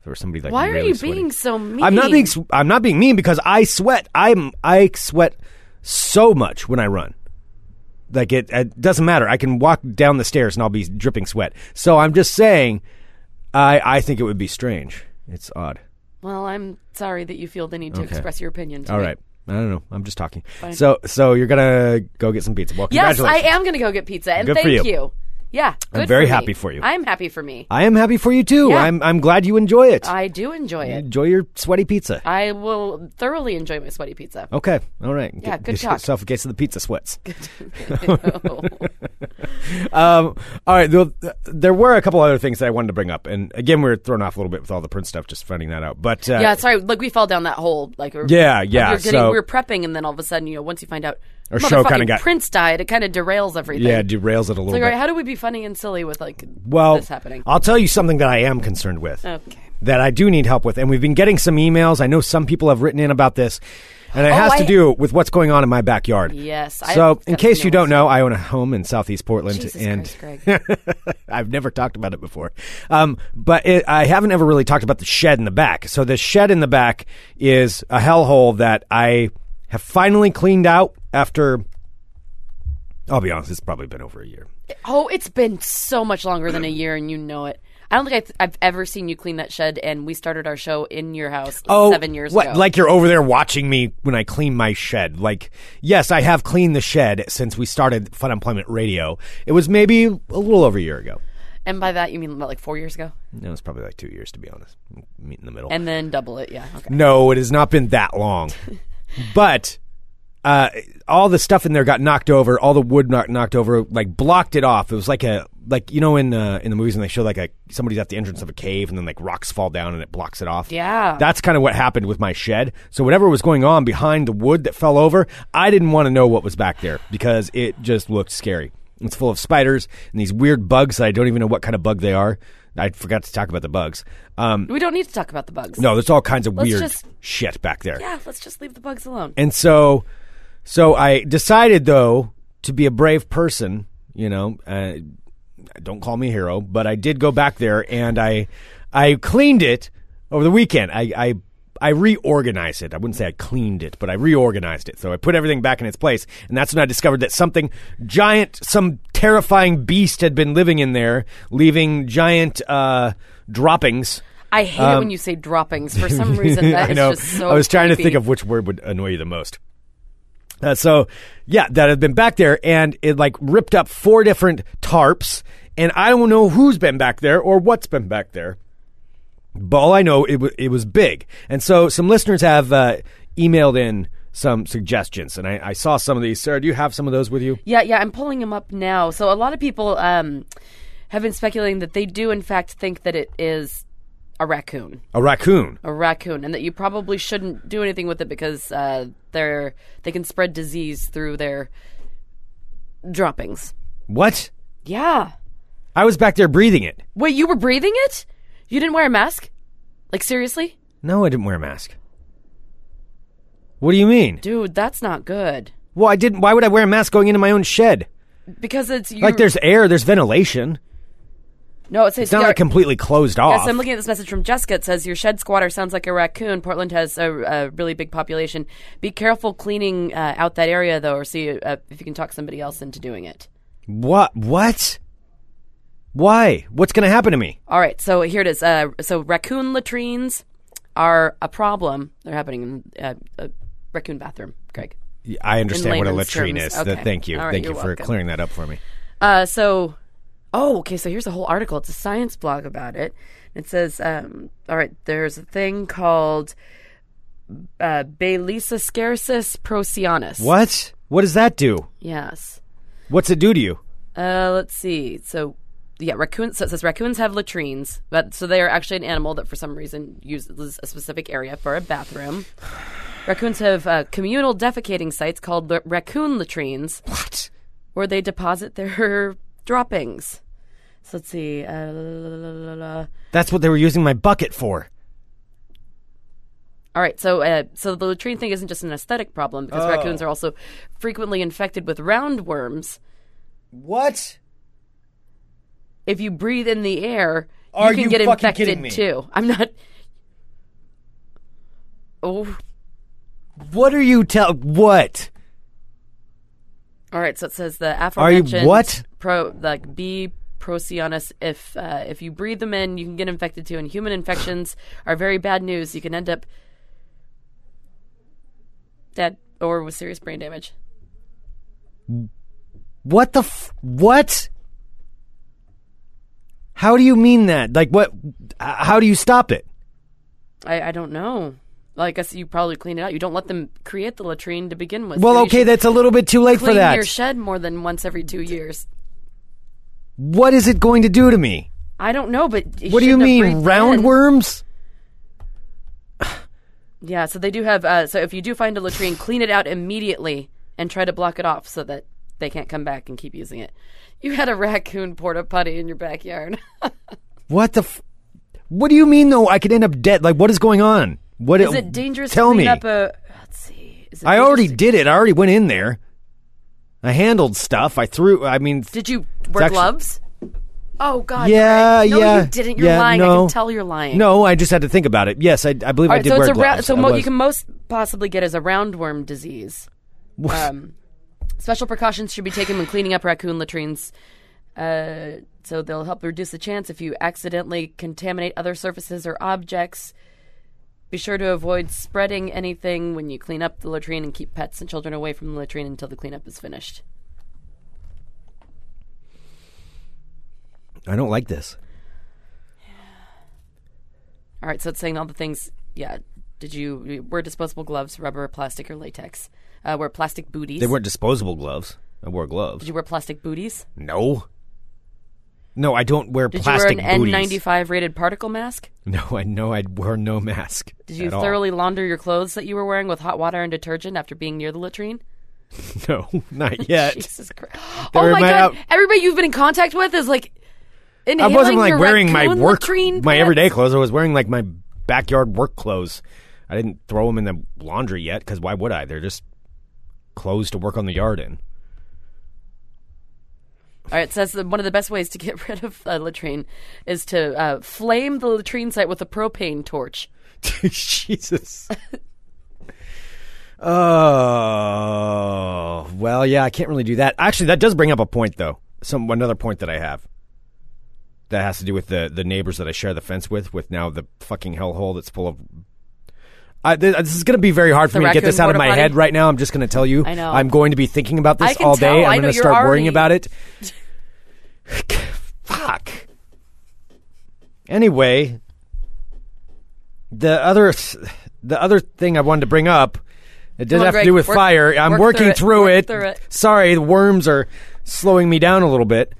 [SPEAKER 6] if I were somebody like
[SPEAKER 7] Why
[SPEAKER 6] really
[SPEAKER 7] are you
[SPEAKER 6] sweaty.
[SPEAKER 7] being so mean?
[SPEAKER 6] I'm not being s- I'm not being mean because I sweat. I'm I sweat so much when I run. Like it, it doesn't matter. I can walk down the stairs and I'll be dripping sweat. So I'm just saying, I I think it would be strange. It's odd.
[SPEAKER 7] Well, I'm sorry that you feel the need to
[SPEAKER 6] Okay.
[SPEAKER 7] express your opinion. To
[SPEAKER 6] All
[SPEAKER 7] me.
[SPEAKER 6] right. I don't know. I'm just talking. So so you're gonna go get some pizza. Well,
[SPEAKER 7] Yes, I
[SPEAKER 6] congratulations.
[SPEAKER 7] am gonna go get pizza, and
[SPEAKER 6] Good for
[SPEAKER 7] thank
[SPEAKER 6] you.
[SPEAKER 7] Yeah, good
[SPEAKER 6] very
[SPEAKER 7] for me.
[SPEAKER 6] happy for you.
[SPEAKER 7] I'm happy for me.
[SPEAKER 6] I am happy for you too.
[SPEAKER 7] Yeah.
[SPEAKER 6] I'm I'm glad you enjoy it.
[SPEAKER 7] I do enjoy it.
[SPEAKER 6] enjoy your sweaty pizza.
[SPEAKER 7] I will thoroughly enjoy my sweaty pizza.
[SPEAKER 6] Okay. All right.
[SPEAKER 7] Yeah,
[SPEAKER 6] Get-
[SPEAKER 7] good
[SPEAKER 6] get
[SPEAKER 7] talk.
[SPEAKER 6] yourself a case of the pizza sweats.
[SPEAKER 7] Oh.
[SPEAKER 6] Um, all right. Though, there were a couple other things that I wanted to bring up, and again, we were thrown off a little bit with all the Prince stuff, just finding that out. But uh,
[SPEAKER 7] yeah, sorry. Like we fell down that hole. Like we were-
[SPEAKER 6] Yeah,
[SPEAKER 7] like,
[SPEAKER 6] yeah,
[SPEAKER 7] We were, getting,
[SPEAKER 6] so-
[SPEAKER 7] we were prepping, and then all of a sudden, you know, once you find out
[SPEAKER 6] Our show
[SPEAKER 7] motherfucking
[SPEAKER 6] kinda got-
[SPEAKER 7] Prince died, it kind of derails everything.
[SPEAKER 6] yeah, it
[SPEAKER 7] it's
[SPEAKER 6] derails it a little
[SPEAKER 7] like, all
[SPEAKER 6] bit.
[SPEAKER 7] right, how do we be funny and silly with like
[SPEAKER 6] well,
[SPEAKER 7] this happening?
[SPEAKER 6] I'll tell you something that I am concerned with.
[SPEAKER 7] okay.
[SPEAKER 6] That I do need help with, and we've been getting some emails. I know some people have written in about this, and it
[SPEAKER 7] Oh,
[SPEAKER 6] has to
[SPEAKER 7] I-
[SPEAKER 6] do with what's going on in my backyard.
[SPEAKER 7] Yes, I've
[SPEAKER 6] So, in
[SPEAKER 7] got
[SPEAKER 6] case you
[SPEAKER 7] emails.
[SPEAKER 6] don't know, I own a home in Southeast Portland,
[SPEAKER 7] Jesus
[SPEAKER 6] and
[SPEAKER 7] Christ, Greg.
[SPEAKER 6] I've never talked about it before, um, but it, I haven't ever really talked about the shed in the back. So the shed in the back is a hellhole that I have finally cleaned out after. I'll be honest, it's probably been over a year.
[SPEAKER 7] oh, it's been so much longer than a year, and you know it. I don't think I've, I've ever seen you clean that shed, and we started our show in your house
[SPEAKER 6] Oh,
[SPEAKER 7] seven years
[SPEAKER 6] what,
[SPEAKER 7] ago.
[SPEAKER 6] Like you're over there watching me when I clean my shed. Like, yes, I have cleaned the shed since we started Fun Employment Radio. It was maybe a little over a year ago.
[SPEAKER 7] and by that you mean about like four years ago,
[SPEAKER 6] No, it's probably like two years to be honest. Meet in the middle.
[SPEAKER 7] and then double it. Yeah, okay.
[SPEAKER 6] No, it has not been that long. but uh, all the stuff in there got knocked over. All the wood knocked knocked over, like blocked it off. It was like a like you know in uh, in the movies when they show like a somebody's at the entrance of a cave and then like rocks fall down and it blocks it off.
[SPEAKER 7] Yeah.
[SPEAKER 6] that's kind of what happened with my shed. So whatever was going on behind the wood that fell over, I didn't want to know what was back there because it just looked scary. It's full of spiders and these weird bugs that I don't even know what kind of bug they are. I forgot to talk about the bugs. Um,
[SPEAKER 7] We don't need to talk about the bugs.
[SPEAKER 6] no, there's all kinds of
[SPEAKER 7] Let's
[SPEAKER 6] weird
[SPEAKER 7] just-
[SPEAKER 6] shit back there.
[SPEAKER 7] Yeah, let's just leave the bugs alone.
[SPEAKER 6] And so, so I decided though to be a brave person. You know, uh, don't call me a hero, but I did go back there and I, I cleaned it over the weekend. I, I, I reorganized it. I wouldn't say I cleaned it, but I reorganized it. So I put everything back in its place, and that's when I discovered that something giant, some terrifying beast had been living in there, leaving giant uh, droppings.
[SPEAKER 7] I hate it when you say droppings. For some reason, that
[SPEAKER 6] um, I
[SPEAKER 7] is
[SPEAKER 6] know.
[SPEAKER 7] just so.
[SPEAKER 6] I was trying to think
[SPEAKER 7] creepy.
[SPEAKER 6] of which word would annoy you the most. Uh, so, yeah, that had been back there, and it like ripped up four different tarps, and I don't know who's been back there or what's been back there. But all I know, it, w- it was big. And so some listeners have uh, emailed in some suggestions, and I, I saw some of these. Sarah, do you have some of those with you?
[SPEAKER 7] Yeah, yeah, I'm pulling them up now. So a lot of people um, have been speculating that they do, in fact, think that it is a raccoon,
[SPEAKER 6] A raccoon.
[SPEAKER 7] a raccoon, and that you probably shouldn't do anything with it because uh, they're they can spread disease through their droppings.
[SPEAKER 6] What?
[SPEAKER 7] Yeah.
[SPEAKER 6] I was back there breathing it.
[SPEAKER 7] Wait, you were breathing it? You didn't wear a mask? Like seriously,
[SPEAKER 6] No, I didn't wear a mask. What do you mean?
[SPEAKER 7] dude? That's not good.
[SPEAKER 6] Well, I didn't. Why would I wear a mask going into my own shed?
[SPEAKER 7] Because it's you
[SPEAKER 6] Like, there's air, there's ventilation.
[SPEAKER 7] no. It says
[SPEAKER 6] It's not
[SPEAKER 7] yeah,
[SPEAKER 6] like completely closed off.
[SPEAKER 7] Yes, I'm looking at this message from Jessica. It says, Your shed squatter sounds like a raccoon. Portland has a, a really big population. Be careful cleaning uh, out that area, though, or see uh, if you can talk somebody else into doing it.
[SPEAKER 6] what? What? Why? What's going to happen to me?
[SPEAKER 7] All right, so here it is. Uh, so, raccoon latrines are a problem. They're happening in uh, uh, raccoon bathroom, Greg.
[SPEAKER 6] I understand what a
[SPEAKER 7] layman's
[SPEAKER 6] latrine
[SPEAKER 7] terms.
[SPEAKER 6] is. The-
[SPEAKER 7] Okay.
[SPEAKER 6] thank you.
[SPEAKER 7] All right,
[SPEAKER 6] thank you
[SPEAKER 7] you're
[SPEAKER 6] for
[SPEAKER 7] welcome.
[SPEAKER 6] clearing that up for me.
[SPEAKER 7] Uh, so, oh, okay. So here's a whole article. It's a science blog about it. It says, um, all right, there's a thing called uh, Baelisa scarcis procianus.
[SPEAKER 6] What? What does that do?
[SPEAKER 7] Yes.
[SPEAKER 6] What's it do to you?
[SPEAKER 7] Uh, let's see. So, yeah, raccoons. So it says raccoons have latrines, but so they are actually an animal that for some reason uses a specific area for a bathroom. raccoons have uh, communal defecating sites called la- raccoon latrines. What? Where they deposit their droppings. So let's see. Uh, la- la- la- la- la.
[SPEAKER 6] That's what they were using my bucket for.
[SPEAKER 7] All right, so uh, so the latrine thing isn't just an aesthetic problem because raccoons are also frequently infected with roundworms.
[SPEAKER 6] What?
[SPEAKER 7] If you breathe in the air,
[SPEAKER 6] Are
[SPEAKER 7] you can
[SPEAKER 6] you
[SPEAKER 7] get
[SPEAKER 6] fucking
[SPEAKER 7] infected
[SPEAKER 6] kidding me?
[SPEAKER 7] too. I'm not. Oh,
[SPEAKER 6] What are you tell? What?
[SPEAKER 7] all right. So it says the
[SPEAKER 6] Are you-
[SPEAKER 7] aforementioned
[SPEAKER 6] what?
[SPEAKER 7] pro like B. Procyonus, if uh, if you breathe them in, you can get infected too. And human infections are very bad news. You can end up dead or with serious brain damage.
[SPEAKER 6] What the? F- what? How do you mean that? Like what? h- How do you stop it?
[SPEAKER 7] I, I don't know. Well, I guess you probably clean it out. You don't let them create the latrine to begin with.
[SPEAKER 6] Well,
[SPEAKER 7] so you
[SPEAKER 6] okay,
[SPEAKER 7] should
[SPEAKER 6] that's a little bit too late
[SPEAKER 7] clean
[SPEAKER 6] for that.
[SPEAKER 7] your shed more than once every two years.
[SPEAKER 6] what is it going to do to me?
[SPEAKER 7] I don't know, but
[SPEAKER 6] What do you mean, roundworms?
[SPEAKER 7] Yeah, so they do have. Uh, so if you do find a latrine, clean it out immediately and try to block it off so that they can't come back and keep using it. You had a raccoon porta potty in your backyard.
[SPEAKER 6] What the? F- what do you mean though? I could end up dead. Like what is going on? What
[SPEAKER 7] Is it dangerous
[SPEAKER 6] Tell
[SPEAKER 7] to clean
[SPEAKER 6] me.
[SPEAKER 7] up a? Let's see. Is it
[SPEAKER 6] I
[SPEAKER 7] dangerous
[SPEAKER 6] already
[SPEAKER 7] to-
[SPEAKER 6] did it. I already went in there. I handled stuff. I threw. I mean,
[SPEAKER 7] Did you wear
[SPEAKER 6] actually-
[SPEAKER 7] gloves? Oh God!
[SPEAKER 6] yeah,
[SPEAKER 7] Greg. no,
[SPEAKER 6] yeah.
[SPEAKER 7] you didn't. You're
[SPEAKER 6] yeah,
[SPEAKER 7] lying. I
[SPEAKER 6] No.
[SPEAKER 7] can tell you're lying.
[SPEAKER 6] No, I just had to think about it. Yes, I, I believe I
[SPEAKER 7] All right,
[SPEAKER 6] did
[SPEAKER 7] so
[SPEAKER 6] wear
[SPEAKER 7] it's a round,
[SPEAKER 6] gloves.
[SPEAKER 7] so
[SPEAKER 6] I
[SPEAKER 7] mo-
[SPEAKER 6] was-
[SPEAKER 7] you can most possibly get is a roundworm disease. um, special precautions should be taken when cleaning up raccoon latrines, uh, so they'll help reduce the chance if you accidentally contaminate other surfaces or objects. Be sure to avoid spreading anything when you clean up the latrine, and keep pets and children away from the latrine until the cleanup is finished.
[SPEAKER 6] I don't like this.
[SPEAKER 7] All right, so it's saying all the things. Yeah, did you wear disposable gloves, rubber, plastic, or latex? Uh, wear plastic booties.
[SPEAKER 6] They weren't disposable gloves. I wore
[SPEAKER 7] Did
[SPEAKER 6] gloves.
[SPEAKER 7] you wear plastic booties?
[SPEAKER 6] No. No, I don't wear
[SPEAKER 7] Did
[SPEAKER 6] plastic
[SPEAKER 7] you wear an
[SPEAKER 6] booties.
[SPEAKER 7] N95 rated particle mask?
[SPEAKER 6] No, I know I wore no mask.
[SPEAKER 7] Did you
[SPEAKER 6] at all.
[SPEAKER 7] thoroughly launder your clothes that you were wearing with hot water and detergent after being near the latrine?
[SPEAKER 6] No, not yet.
[SPEAKER 7] Jesus Christ.
[SPEAKER 6] They
[SPEAKER 7] Oh
[SPEAKER 6] were
[SPEAKER 7] my
[SPEAKER 6] my
[SPEAKER 7] god.
[SPEAKER 6] out-
[SPEAKER 7] Everybody you've been in contact with is like
[SPEAKER 6] I
[SPEAKER 7] inhaling
[SPEAKER 6] wasn't like
[SPEAKER 7] your
[SPEAKER 6] wearing my
[SPEAKER 7] raccoon
[SPEAKER 6] work,
[SPEAKER 7] latrine
[SPEAKER 6] my
[SPEAKER 7] pants.
[SPEAKER 6] everyday clothes. I was wearing like my backyard work clothes. I didn't throw them in the laundry yet because why would I? They're just clothes to work on the yard in.
[SPEAKER 7] All right, it says that one of the best ways to get rid of a latrine is to uh, flame the latrine site with a propane torch.
[SPEAKER 6] Jesus. oh well, yeah, I can't really do that. Actually, that does bring up a point, though. Some another point that I have that has to do with the the neighbors that I share the fence with. With now the fucking hellhole that's full of. I, th- this is going to be very hard for
[SPEAKER 7] The
[SPEAKER 6] me to get this
[SPEAKER 7] raccoon
[SPEAKER 6] out of my
[SPEAKER 7] porta potty?
[SPEAKER 6] head right now. I'm just going to tell you.
[SPEAKER 7] I know.
[SPEAKER 6] I'm going to be thinking about
[SPEAKER 7] I
[SPEAKER 6] this
[SPEAKER 7] can
[SPEAKER 6] all day.
[SPEAKER 7] tell. I
[SPEAKER 6] I'm
[SPEAKER 7] know
[SPEAKER 6] going to
[SPEAKER 7] you're
[SPEAKER 6] start
[SPEAKER 7] already-
[SPEAKER 6] worrying about it. Fuck. Anyway, the other the other thing I wanted to bring up it does
[SPEAKER 7] Come on,
[SPEAKER 6] have
[SPEAKER 7] Greg,
[SPEAKER 6] to do with
[SPEAKER 7] work-
[SPEAKER 6] fire. I'm
[SPEAKER 7] work
[SPEAKER 6] working
[SPEAKER 7] through it, work
[SPEAKER 6] it.
[SPEAKER 7] through it.
[SPEAKER 6] Sorry, the worms are slowing me down a little bit.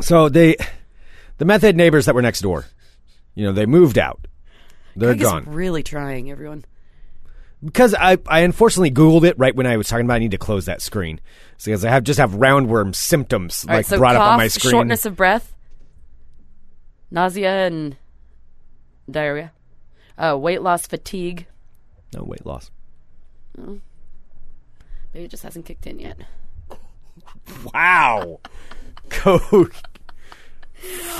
[SPEAKER 6] So they the meth head neighbors that were next door, you know, they moved out. They're
[SPEAKER 7] Greg is
[SPEAKER 6] gone.
[SPEAKER 7] really trying, everyone.
[SPEAKER 6] Because I, I unfortunately Googled it right when I was talking about I need to close that screen. Because I have just have roundworm symptoms
[SPEAKER 7] All right,
[SPEAKER 6] like
[SPEAKER 7] so
[SPEAKER 6] brought up on
[SPEAKER 7] cough,
[SPEAKER 6] my screen.
[SPEAKER 7] Shortness of breath, nausea and diarrhea, uh, weight loss, fatigue.
[SPEAKER 6] no weight loss.
[SPEAKER 7] Maybe it just hasn't kicked in yet.
[SPEAKER 6] Wow. Go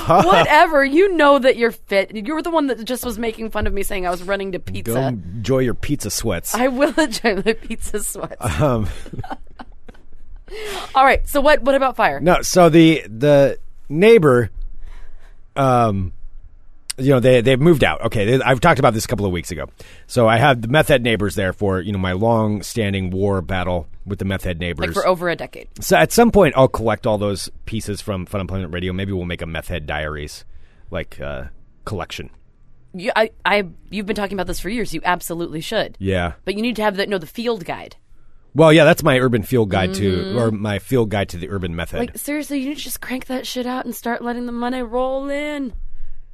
[SPEAKER 7] Whatever. You know that you're fit. You were the one that just was making fun of me saying I was running to
[SPEAKER 6] go
[SPEAKER 7] pizza.
[SPEAKER 6] enjoy your pizza sweats.
[SPEAKER 7] I will enjoy my pizza sweats.
[SPEAKER 6] Um,
[SPEAKER 7] All right. So what? What about fire?
[SPEAKER 6] No, so the the neighbor, um, you know they they've moved out. Okay, they, I've talked about this a couple of weeks ago. So I had the meth head neighbors there for you know my long standing war battle with the meth head neighbors
[SPEAKER 7] Like for over a decade.
[SPEAKER 6] so at some point, I'll collect all those pieces from Fun Employment Radio. Maybe we'll make a Meth Head Diaries like uh, collection.
[SPEAKER 7] You, I, I, you've been talking about this for years. You absolutely should.
[SPEAKER 6] Yeah.
[SPEAKER 7] But you need to have the no the field guide.
[SPEAKER 6] Well, yeah, that's my urban field guide to, or my field guide to the urban method.
[SPEAKER 7] Mm-hmm. Like seriously, you need to just crank that shit out and start letting the money roll in.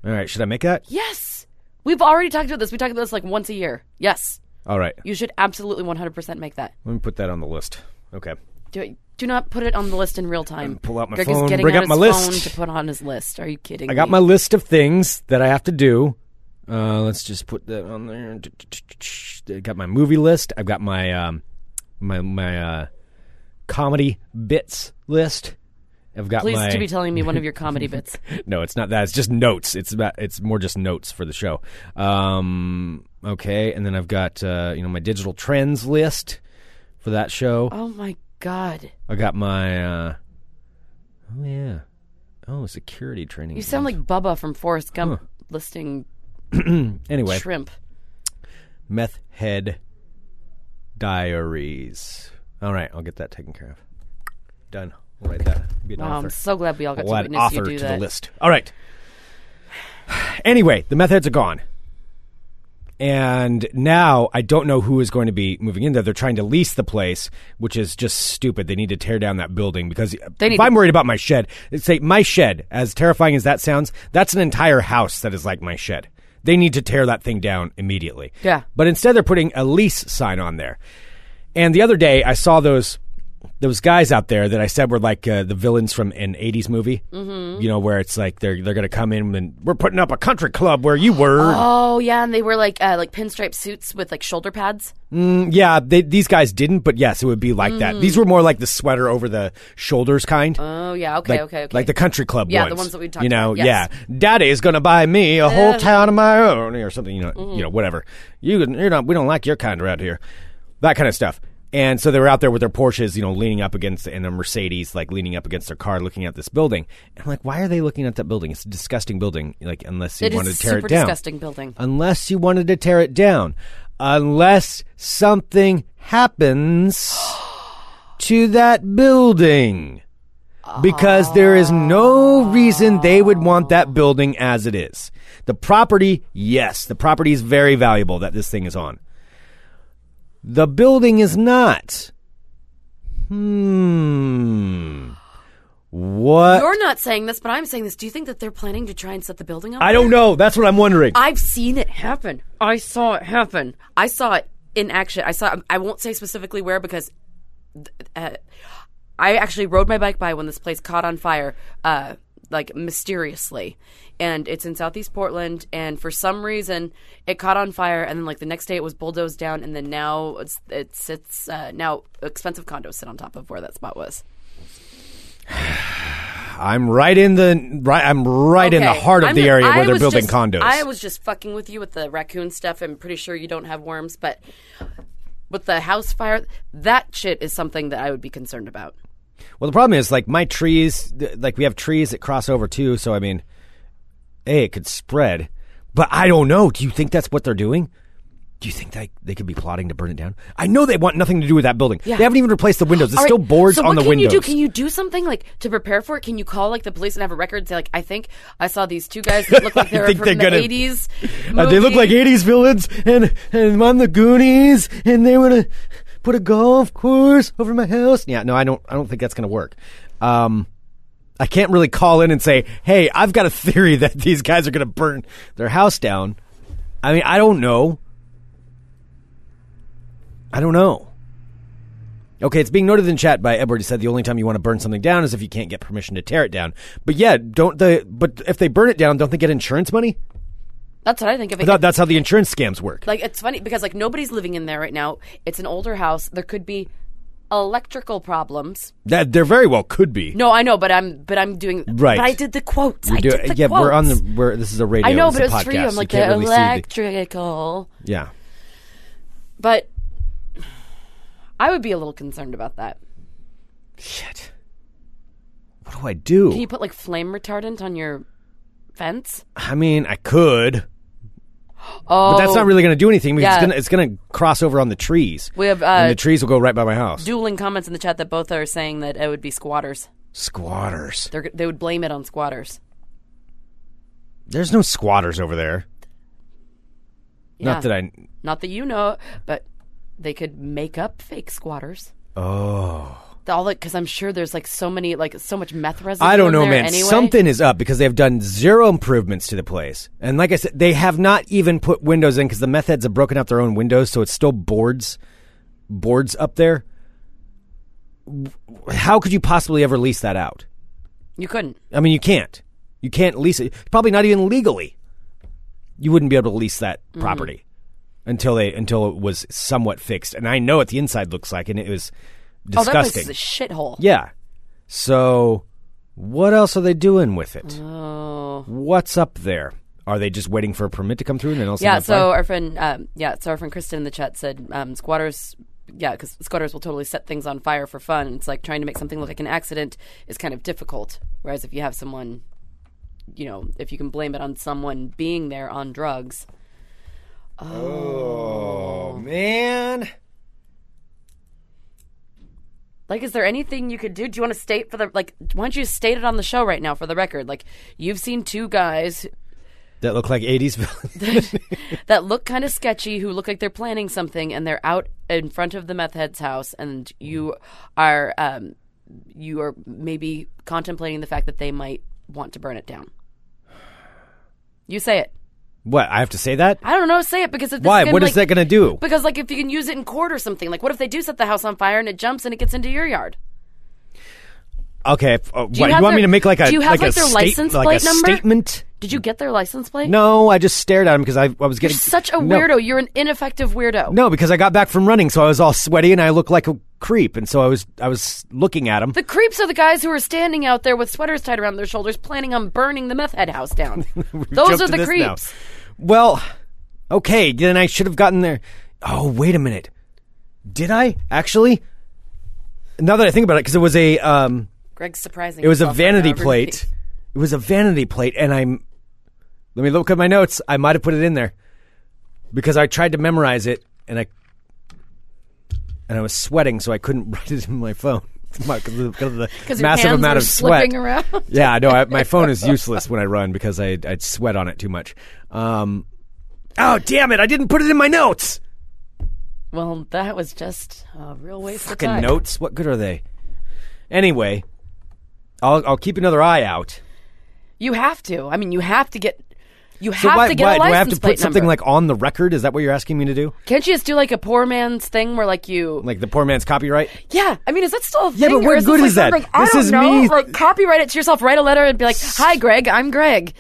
[SPEAKER 6] all right, should I make that?
[SPEAKER 7] Yes, we've already talked about this. We talk about this like once a year. Yes,
[SPEAKER 6] All right,
[SPEAKER 7] you should absolutely one hundred percent make that.
[SPEAKER 6] let me put that on the list. Okay.
[SPEAKER 7] Do it. Do not put it on the list in real time.
[SPEAKER 6] pull out my
[SPEAKER 7] Greg
[SPEAKER 6] phone,
[SPEAKER 7] is getting
[SPEAKER 6] bring
[SPEAKER 7] out his
[SPEAKER 6] up my list.
[SPEAKER 7] phone to put on his list. Are you kidding?
[SPEAKER 6] I got
[SPEAKER 7] me?
[SPEAKER 6] my list of things that I have to do. Uh, let's just put that on there. I got my movie list. I've got my um, my my uh, comedy bits list. I've got
[SPEAKER 7] Please
[SPEAKER 6] my
[SPEAKER 7] to be telling me one of your comedy bits.
[SPEAKER 6] no, it's not that. It's just notes. It's about. It's more just notes for the show. Um, okay, and then I've got uh, you know my digital trends list for that show.
[SPEAKER 7] Oh my god,
[SPEAKER 6] I got my. Uh, oh yeah. Oh, security training.
[SPEAKER 7] you sound like Bubba from Forrest Gump listing
[SPEAKER 6] anyway.
[SPEAKER 7] shrimp.
[SPEAKER 6] Meth Head Diaries. All right, I'll get that taken care of. Done. I'll write that. Be an
[SPEAKER 7] Wow, Oh, I'm
[SPEAKER 6] author.
[SPEAKER 7] so glad we all got
[SPEAKER 6] I'll
[SPEAKER 7] to
[SPEAKER 6] add
[SPEAKER 7] witness
[SPEAKER 6] author
[SPEAKER 7] you do
[SPEAKER 6] to
[SPEAKER 7] that.
[SPEAKER 6] the list. All right. Anyway, the meth heads are gone. And now I don't know who is going to be moving in there. They're trying to lease the place, which is just stupid. They need to tear down that building because
[SPEAKER 7] They need
[SPEAKER 6] if I'm
[SPEAKER 7] to-
[SPEAKER 6] worried about my shed, say my shed, as terrifying as that sounds, that's an entire house that is like my shed. They need to tear that thing down immediately.
[SPEAKER 7] Yeah.
[SPEAKER 6] But instead, they're putting a lease sign on there. And the other day, I saw those those guys out there that I said were like uh, the villains from an '80s movie. Mm-hmm. You know, where it's like they're they're going to come in and we're putting up a country club where you were.
[SPEAKER 7] Oh yeah, and they wear like uh, like pinstripe suits with like shoulder pads.
[SPEAKER 6] Yeah, they, these guys didn't, but yes, it would be like that. These were more like the sweater over the shoulders kind.
[SPEAKER 7] Mm. Oh yeah, okay,
[SPEAKER 6] like,
[SPEAKER 7] okay, okay.
[SPEAKER 6] like the country club
[SPEAKER 7] Yeah,
[SPEAKER 6] ones.
[SPEAKER 7] the ones that we talked
[SPEAKER 6] You know,
[SPEAKER 7] about, yes.
[SPEAKER 6] yeah. Daddy's gonna buy me a whole town of my own, or something. You know,
[SPEAKER 7] Mm-hmm.
[SPEAKER 6] you know, whatever. You, you're not. We don't like your kind around here. That kind of stuff. And so they were out there with their Porsches, you know, leaning up against and a Mercedes, like leaning up against their car, looking at this building. And I'm like, why are they looking at that building? It's a disgusting building. Like, unless you
[SPEAKER 7] It is
[SPEAKER 6] wanted to tear
[SPEAKER 7] super
[SPEAKER 6] it down
[SPEAKER 7] disgusting building.
[SPEAKER 6] unless you wanted to tear it down, unless something happens to that building. Because there is no reason they would want that building as it is. The property, yes, the property is very valuable that this thing is on. The building is not. Hmm. What?
[SPEAKER 7] You're not saying this, but I'm saying this. Do you think that they're planning to try and set the building up?
[SPEAKER 6] I don't know. That's what I'm wondering.
[SPEAKER 7] I've seen it happen. I saw it happen. I saw it in action. I saw. I won't say specifically where because uh, I actually rode my bike by when this place caught on fire, uh, like mysteriously. And it's in Southeast Portland, and for some reason, it caught on fire. And then, like the next day, it was bulldozed down, and then now it's it sits uh, now expensive condos sit on top of where that spot was.
[SPEAKER 6] I'm right in the right. I'm right in the
[SPEAKER 7] Okay.
[SPEAKER 6] heart of
[SPEAKER 7] I'm
[SPEAKER 6] the
[SPEAKER 7] ju-
[SPEAKER 6] area
[SPEAKER 7] I
[SPEAKER 6] where they're
[SPEAKER 7] was
[SPEAKER 6] building
[SPEAKER 7] just-
[SPEAKER 6] condos.
[SPEAKER 7] I was just fucking with you with the raccoon stuff. I'm pretty sure you don't have worms, but with the house fire, that shit is something that I would be concerned about.
[SPEAKER 6] well, the problem is like my trees. th- Like we have trees that cross over too. So I mean, a it could spread, but I don't know. Do you think that's what they're doing? Do you think that they could be plotting to burn it down? I know they want nothing to do with that building.
[SPEAKER 7] Yeah.
[SPEAKER 6] They haven't even replaced the windows. There's
[SPEAKER 7] All
[SPEAKER 6] still
[SPEAKER 7] right,
[SPEAKER 6] boards
[SPEAKER 7] so
[SPEAKER 6] on
[SPEAKER 7] what
[SPEAKER 6] the
[SPEAKER 7] can
[SPEAKER 6] windows.
[SPEAKER 7] You do? Can you do something like to prepare for it? Can you call like the police and have a record? and Say like, I think I saw these two guys that look like they
[SPEAKER 6] I
[SPEAKER 7] were
[SPEAKER 6] think
[SPEAKER 7] from
[SPEAKER 6] they're
[SPEAKER 7] the
[SPEAKER 6] gonna-
[SPEAKER 7] '80s.
[SPEAKER 6] Uh, they look like
[SPEAKER 7] movie."
[SPEAKER 6] '80s villains, and and on the Goonies, and they were to put a golf course over my house. Yeah, no, I don't. I don't think that's gonna work. Um, I can't really call in and say, "Hey, I've got a theory that these guys are gonna burn their house down." I mean, I don't know. I don't know. Okay, it's being noted in chat by Edward. He said the only time you want to burn something down is if you can't get permission to tear it down. But yeah, don't the but if they burn it down, don't they get insurance money?
[SPEAKER 7] That's what I think of.
[SPEAKER 6] I
[SPEAKER 7] It.
[SPEAKER 6] thought that's how the insurance scams work.
[SPEAKER 7] Like it's funny because like nobody's living in there right now. It's an older house. There could be electrical problems.
[SPEAKER 6] That there very well could be.
[SPEAKER 7] No, I know, but I'm but I'm doing
[SPEAKER 6] Right.
[SPEAKER 7] But I did the quotes.
[SPEAKER 6] You're
[SPEAKER 7] I
[SPEAKER 6] doing-
[SPEAKER 7] did the
[SPEAKER 6] yeah,
[SPEAKER 7] quotes.
[SPEAKER 6] we're on the we're this is a radio.
[SPEAKER 7] I know,
[SPEAKER 6] it's
[SPEAKER 7] but
[SPEAKER 6] a
[SPEAKER 7] it's for you.
[SPEAKER 6] podcast.
[SPEAKER 7] I'm like
[SPEAKER 6] you can't
[SPEAKER 7] the
[SPEAKER 6] really see
[SPEAKER 7] electrical.
[SPEAKER 6] the, yeah.
[SPEAKER 7] But I would be a little concerned about that.
[SPEAKER 6] Shit. What do I do?
[SPEAKER 7] Can you put like flame retardant on your fence?
[SPEAKER 6] I mean, I could,
[SPEAKER 7] Oh,
[SPEAKER 6] but that's not really going to do anything because
[SPEAKER 7] Yeah.
[SPEAKER 6] it's going to it's going to cross over on the trees.
[SPEAKER 7] We have,
[SPEAKER 6] and
[SPEAKER 7] uh,
[SPEAKER 6] the trees will go right by my house.
[SPEAKER 7] dueling comments in the chat that both are saying that it would be squatters.
[SPEAKER 6] squatters.
[SPEAKER 7] They're, they would blame it on squatters.
[SPEAKER 6] There's no squatters over there.
[SPEAKER 7] Yeah.
[SPEAKER 6] Not that I.
[SPEAKER 7] Not that you know, but they could make up fake squatters.
[SPEAKER 6] Oh,
[SPEAKER 7] All because I'm sure there's like so many, like so much meth residue.
[SPEAKER 6] I don't
[SPEAKER 7] in
[SPEAKER 6] know,
[SPEAKER 7] there
[SPEAKER 6] man.
[SPEAKER 7] Anyway.
[SPEAKER 6] Something is up because they've done zero improvements to the place, and like I said, they have not even put windows in because the meth heads have broken out their own windows, so it's still boards, boards up there. W- How could you possibly ever lease that out?
[SPEAKER 7] you couldn't.
[SPEAKER 6] I mean, you can't. You can't lease it. Probably not even legally. You wouldn't be able to lease that
[SPEAKER 7] Mm-hmm.
[SPEAKER 6] property until they until it was somewhat fixed. And I know what the inside looks like, and it was
[SPEAKER 7] Oh, that place is
[SPEAKER 6] disgusting.
[SPEAKER 7] a shithole.
[SPEAKER 6] yeah. So, what else are they doing with it?
[SPEAKER 7] Oh.
[SPEAKER 6] What's up there? Are they just waiting for a permit to come through and then else?
[SPEAKER 7] Yeah. So our friend, um, yeah, so our friend Kristen in the chat said um, squatters. Yeah, because squatters will totally set things on fire for fun. It's like trying to make something look like an accident is kind of difficult. Whereas if you have someone, you know, if you can blame it on someone being there on drugs,
[SPEAKER 6] oh man.
[SPEAKER 7] Like, is there anything you could do? Do you want to state for the like? Why don't you state it on the show right now for the record? Like, you've seen two guys
[SPEAKER 6] That look like '80s villains.
[SPEAKER 7] that look kind of sketchy, who look like they're planning something, and they're out in front of the meth head's house, and you are um, you are maybe contemplating the fact that they might want to burn it down. You say it.
[SPEAKER 6] what? I have to say that?
[SPEAKER 7] I don't know. Say it because if this
[SPEAKER 6] Why?
[SPEAKER 7] Can,
[SPEAKER 6] What is
[SPEAKER 7] like,
[SPEAKER 6] that going to do?
[SPEAKER 7] Because like if you can use it in court or something, like what if they do set the house on fire and it jumps and it gets into your yard?
[SPEAKER 6] Okay. f- Uh,
[SPEAKER 7] you
[SPEAKER 6] what, you
[SPEAKER 7] have
[SPEAKER 6] want me
[SPEAKER 7] their-
[SPEAKER 6] to make like a
[SPEAKER 7] do you have,
[SPEAKER 6] like,
[SPEAKER 7] like,
[SPEAKER 6] a
[SPEAKER 7] their
[SPEAKER 6] state-
[SPEAKER 7] license
[SPEAKER 6] like
[SPEAKER 7] plate
[SPEAKER 6] a
[SPEAKER 7] number?
[SPEAKER 6] statement?
[SPEAKER 7] Did you get their license plate?
[SPEAKER 6] No, I just stared at him because I, I was getting
[SPEAKER 7] You're such a
[SPEAKER 6] No.
[SPEAKER 7] weirdo. You're an ineffective weirdo.
[SPEAKER 6] No, because I got back from running, so I was all sweaty and I looked like a creep, and so I was I was looking at him.
[SPEAKER 7] The creeps are the guys who are standing out there with sweaters tied around their shoulders, planning on burning the meth head house down. Those
[SPEAKER 6] Jump
[SPEAKER 7] are
[SPEAKER 6] to
[SPEAKER 7] the
[SPEAKER 6] this now.
[SPEAKER 7] creeps.
[SPEAKER 6] Well, okay, then I should have gotten there. Oh, wait a minute. Did I actually? Now that I think about it, because it was a um,
[SPEAKER 7] Greg's surprising.
[SPEAKER 6] it was a
[SPEAKER 7] himself right
[SPEAKER 6] vanity
[SPEAKER 7] now.
[SPEAKER 6] plate. It was a vanity plate, and I'm. Let me look at my notes. I might have put it in there because I tried to memorize it, and I and I was sweating, so I couldn't write it in my phone because of the
[SPEAKER 7] Because your
[SPEAKER 6] massive
[SPEAKER 7] hands
[SPEAKER 6] amount
[SPEAKER 7] were
[SPEAKER 6] of sweat.
[SPEAKER 7] slipping around.
[SPEAKER 6] Yeah, I know. I- My phone is useless when I run because I I sweat on it too much. Um, oh damn it! I didn't put it in my notes.
[SPEAKER 7] Well, that was just a real waste
[SPEAKER 6] Fucking
[SPEAKER 7] of time.
[SPEAKER 6] notes. What good are they? Anyway, I'll I'll keep another eye out.
[SPEAKER 7] You have to. I mean, you have to get. You
[SPEAKER 6] So
[SPEAKER 7] have
[SPEAKER 6] why,
[SPEAKER 7] to get
[SPEAKER 6] why
[SPEAKER 7] a
[SPEAKER 6] do
[SPEAKER 7] license
[SPEAKER 6] I have to
[SPEAKER 7] plate
[SPEAKER 6] put something
[SPEAKER 7] number.
[SPEAKER 6] like on the record? Is that what you're asking me to do?
[SPEAKER 7] Can't you just do like a poor man's thing where like you?
[SPEAKER 6] Like the poor man's copyright?
[SPEAKER 7] yeah. I mean, is that still a
[SPEAKER 6] Yeah,
[SPEAKER 7] thing?
[SPEAKER 6] but
[SPEAKER 7] or
[SPEAKER 6] where
[SPEAKER 7] is
[SPEAKER 6] good
[SPEAKER 7] this, like,
[SPEAKER 6] is that?
[SPEAKER 7] something- I
[SPEAKER 6] This
[SPEAKER 7] don't
[SPEAKER 6] is
[SPEAKER 7] know.
[SPEAKER 6] me-
[SPEAKER 7] Like copyright it to yourself. Write a letter and be like, "Hi, Greg. I'm Greg.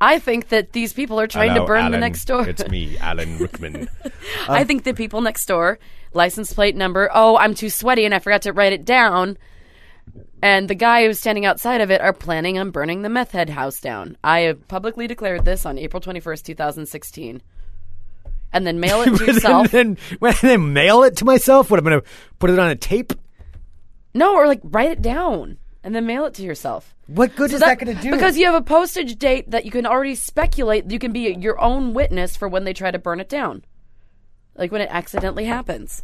[SPEAKER 7] I think that these people are trying to burn the next door."
[SPEAKER 6] me, Alan Rickman.
[SPEAKER 7] I think the people next door, license plate number, oh, I'm too sweaty and I forgot to write it down. And the guy who's standing outside of it are planning on burning the meth head house down. I have publicly declared this on April 21st, 2016. And then mail it to
[SPEAKER 6] and
[SPEAKER 7] yourself.
[SPEAKER 6] then, when I mail it to myself? What, I'm going to put it on a tape?
[SPEAKER 7] No, or like write it down and then mail it to yourself.
[SPEAKER 6] What good
[SPEAKER 7] So
[SPEAKER 6] is that, going to do?
[SPEAKER 7] Because you have a postage date that you can already speculate. You can be your own witness for when they try to burn it down, like when it accidentally happens.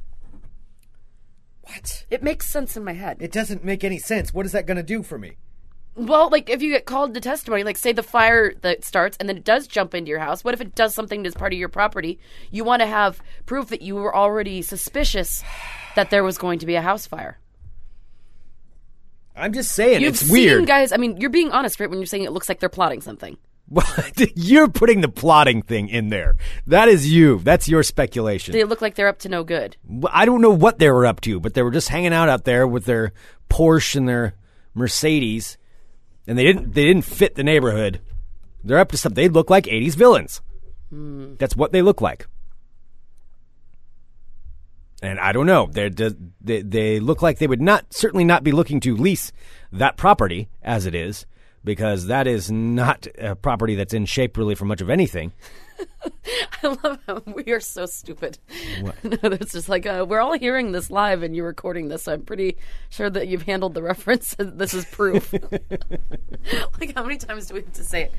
[SPEAKER 6] What?
[SPEAKER 7] It makes sense in my head.
[SPEAKER 6] It doesn't make any sense. What is that going to do for me?
[SPEAKER 7] well, like if you get called to testimony, like say the fire that starts and then it does jump into your house. What if it does something that's part of your property? You want to have proof that you were already suspicious that there was going to be a house fire.
[SPEAKER 6] I'm just saying,
[SPEAKER 7] You've
[SPEAKER 6] it's
[SPEAKER 7] seen
[SPEAKER 6] weird.
[SPEAKER 7] guys. I mean, you're being honest, right? When you're saying it looks like they're plotting something.
[SPEAKER 6] What? You're putting the plotting thing in there. That is you. That's your speculation.
[SPEAKER 7] They look like they're up to no good.
[SPEAKER 6] Well, I don't know what they were up to, but they were just hanging out out there with their Porsche and their Mercedes, and they didn't they didn't fit the neighborhood. They're up to something. They look like '80s villains. That's what they look like. And I don't know. They're, d- they they look like they would not certainly not be looking to lease that property as it is because that is not a property that's in shape really for much of anything.
[SPEAKER 7] I love how we are so stupid. no, it's just like uh, we're all hearing this live, and you're recording this. So I'm pretty sure that you've handled the reference. And this is proof. like how many times do we have to say it?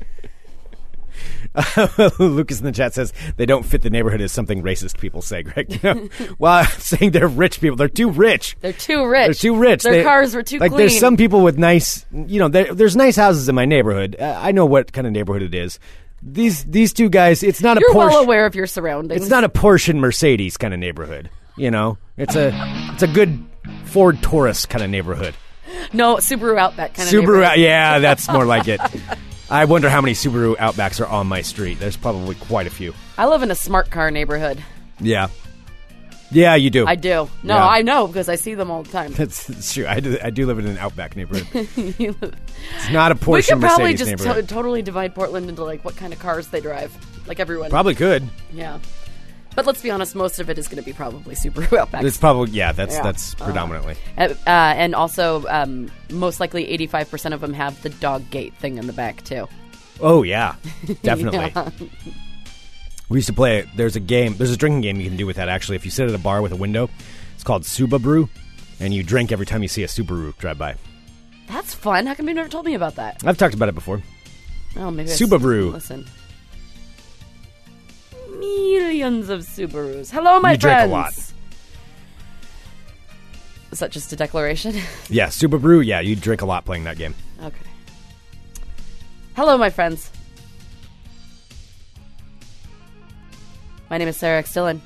[SPEAKER 6] Lucas in the chat says they don't fit the neighborhood is something racist people say, Greg. well, I'm saying they're rich people. They're too rich.
[SPEAKER 7] They're too rich.
[SPEAKER 6] They're too rich.
[SPEAKER 7] Their
[SPEAKER 6] They-
[SPEAKER 7] cars were too
[SPEAKER 6] like,
[SPEAKER 7] clean.
[SPEAKER 6] There's some people with nice, you know, there, there's nice houses in my neighborhood. Uh, I know what kind of neighborhood it is. These these two guys, it's not
[SPEAKER 7] You're
[SPEAKER 6] a Porsche.
[SPEAKER 7] well aware of your surroundings.
[SPEAKER 6] It's not a Porsche and Mercedes kind of neighborhood. You know, it's a it's a good Ford Taurus kind of neighborhood.
[SPEAKER 7] no Subaru Outback kind of
[SPEAKER 6] Subaru, yeah, that's more like it. I wonder how many Subaru Outbacks are on my street. There's probably quite a few.
[SPEAKER 7] I live in a smart car neighborhood.
[SPEAKER 6] Yeah, yeah, you do.
[SPEAKER 7] I do. No,
[SPEAKER 6] Yeah.
[SPEAKER 7] I know because I see them all the time.
[SPEAKER 6] That's, that's true. I do, I do live in an Outback neighborhood. it's not a Porsche
[SPEAKER 7] we could
[SPEAKER 6] and Mercedes
[SPEAKER 7] probably just to-
[SPEAKER 6] neighborhood.
[SPEAKER 7] totally divide Portland into like what kind of cars they drive. Like everyone.
[SPEAKER 6] probably could.
[SPEAKER 7] Yeah. But let's be honest, most of it is going to be probably Subaru Outback.
[SPEAKER 6] It's probably yeah. That's
[SPEAKER 7] Yeah.
[SPEAKER 6] that's predominantly.
[SPEAKER 7] Uh, uh, and also, um, most likely 85% of them have the dog gate thing in the back, too.
[SPEAKER 6] Oh yeah, definitely. We used to play. There's a game. There's a drinking game you can do with that. Actually, if you sit at a bar with a window, it's called Suba Brew, and you drink every time you see a Subaru drive by.
[SPEAKER 7] That's fun. How come you never told me about that?
[SPEAKER 6] I've talked about it before.
[SPEAKER 7] Oh, maybe I
[SPEAKER 6] Subaru.
[SPEAKER 7] s- Listen. Millions of Subarus. Hello, my
[SPEAKER 6] You drink a
[SPEAKER 7] friends.
[SPEAKER 6] lot.
[SPEAKER 7] Is that just a declaration?
[SPEAKER 6] Yeah, Suba Brew. Yeah, you drink a lot playing that game.
[SPEAKER 7] okay. Hello, my friends. My name is Sarah X. Dillon.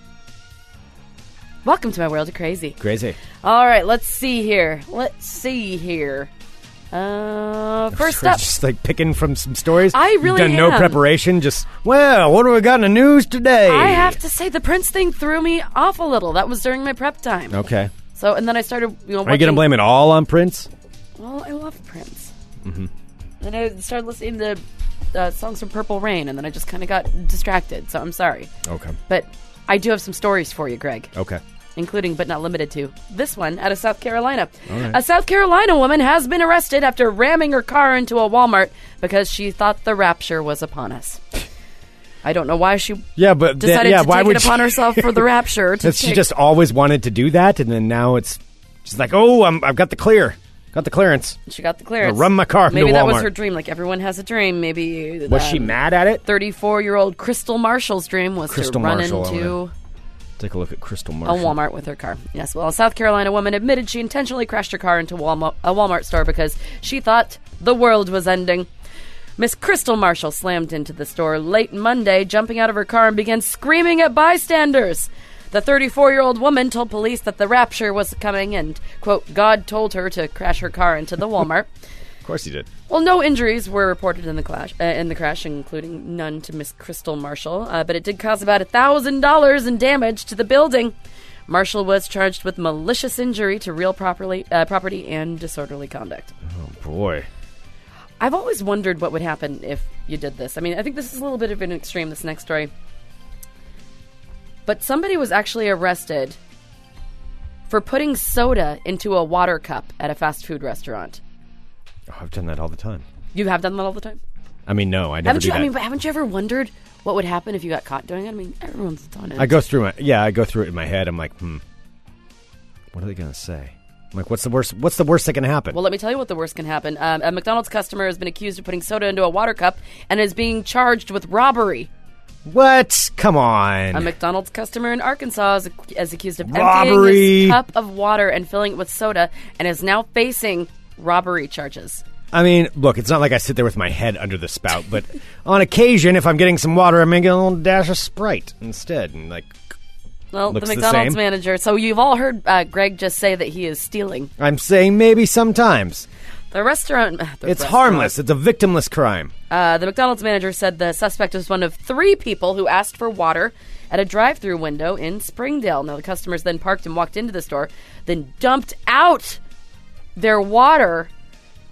[SPEAKER 7] Welcome to my world of crazy.
[SPEAKER 6] Crazy.
[SPEAKER 7] All right, let's see here. Let's see here. Uh, first
[SPEAKER 6] We're
[SPEAKER 7] up,
[SPEAKER 6] just like picking from some stories.
[SPEAKER 7] I really
[SPEAKER 6] done no
[SPEAKER 7] am.
[SPEAKER 6] preparation. Just well, what do we got in the news today?
[SPEAKER 7] I have to say the Prince thing threw me off a little. That was during my prep time.
[SPEAKER 6] Okay.
[SPEAKER 7] So, and then I started. You know,
[SPEAKER 6] Are you gonna blame it all on Prince?
[SPEAKER 7] Well, I love Prince. Mm-hmm. Then I started listening to uh, songs from Purple Rain, and then I just kind of got distracted. So I'm sorry,
[SPEAKER 6] Okay.
[SPEAKER 7] but I do have some stories for you, Greg.
[SPEAKER 6] Okay.
[SPEAKER 7] including but not limited to this one out of South Carolina. A South Carolina woman has been arrested after ramming her car into a Walmart because she thought the rapture was upon us. I don't know why she
[SPEAKER 6] Yeah, but then-
[SPEAKER 7] decided
[SPEAKER 6] yeah,
[SPEAKER 7] to
[SPEAKER 6] why
[SPEAKER 7] take
[SPEAKER 6] would
[SPEAKER 7] it upon
[SPEAKER 6] she-
[SPEAKER 7] herself for the rapture. To
[SPEAKER 6] That she
[SPEAKER 7] take-
[SPEAKER 6] just always wanted to do that, and then now it's she's like, oh, I'm, I've got the clear, got the clearance.
[SPEAKER 7] she got the clearance.
[SPEAKER 6] I run my car into
[SPEAKER 7] Maybe that was
[SPEAKER 6] Walmart.
[SPEAKER 7] her dream. Like everyone has a dream. Maybe
[SPEAKER 6] Was she mad at it?
[SPEAKER 7] Thirty-four-year-old Crystal Marshall's dream was
[SPEAKER 6] Crystal
[SPEAKER 7] to run
[SPEAKER 6] Marshall,
[SPEAKER 7] into.
[SPEAKER 6] okay. Take a look at Crystal
[SPEAKER 7] a
[SPEAKER 6] Marshall.
[SPEAKER 7] Walmart with her car. Yes, well, a South Carolina woman admitted she intentionally crashed her car into Walmart, a Walmart store because she thought the world was ending. Miss Crystal Marshall slammed into the store late Monday, jumping out of her car and began screaming at bystanders. The 34 year old woman told police that the rapture was coming and, quote, God told her to crash her car into the Walmart.
[SPEAKER 6] Of course he did.
[SPEAKER 7] Well, no injuries were reported in the clash uh, in the crash, including none to Miss Crystal Marshall. Uh, but it did cause about thousand dollars in damage to the building. Marshall was charged with malicious injury to real properly, uh, property and disorderly conduct.
[SPEAKER 6] Oh boy.
[SPEAKER 7] I've always wondered what would happen if you did this. I mean, I think this is a little bit of an extreme. This next story, but somebody was actually arrested for putting soda into a water cup at a fast food restaurant.
[SPEAKER 6] Oh, I've done that all the time.
[SPEAKER 7] You have done that all the time.
[SPEAKER 6] I mean, no, I never
[SPEAKER 7] Haven't
[SPEAKER 6] do
[SPEAKER 7] you?
[SPEAKER 6] that.
[SPEAKER 7] I mean, but haven't you ever wondered what would happen if you got caught doing it? I mean, everyone's done it.
[SPEAKER 6] I go through my yeah, I go through it in my head. I'm like, hmm, what are they gonna say? I'm like, what's the worst? What's the worst that can happen?
[SPEAKER 7] well, let me tell you what the worst can happen. Um, a McDonald's customer has been accused of putting soda into a water cup and is being charged with robbery.
[SPEAKER 6] what? Come on.
[SPEAKER 7] A McDonald's customer in Arkansas is, ac- is accused of emptying
[SPEAKER 6] Robbery.
[SPEAKER 7] his cup of water and filling it with soda and is now facing robbery charges.
[SPEAKER 6] I mean, look, it's not like I sit there with my head under the spout, but on occasion, if I'm getting some water, I'm making a little dash of Sprite instead, and like,
[SPEAKER 7] Well,
[SPEAKER 6] Looks
[SPEAKER 7] the
[SPEAKER 6] the
[SPEAKER 7] McDonald's
[SPEAKER 6] same.
[SPEAKER 7] manager. So you've all heard uh, Greg just say that he is stealing.
[SPEAKER 6] I'm saying maybe sometimes
[SPEAKER 7] The restaurant. the
[SPEAKER 6] it's
[SPEAKER 7] restaurant.
[SPEAKER 6] harmless. It's a victimless crime.
[SPEAKER 7] Uh, the McDonald's manager said the suspect was one of three people who asked for water at a drive through window in Springdale. Now, the customers then parked and walked into the store, then dumped out their water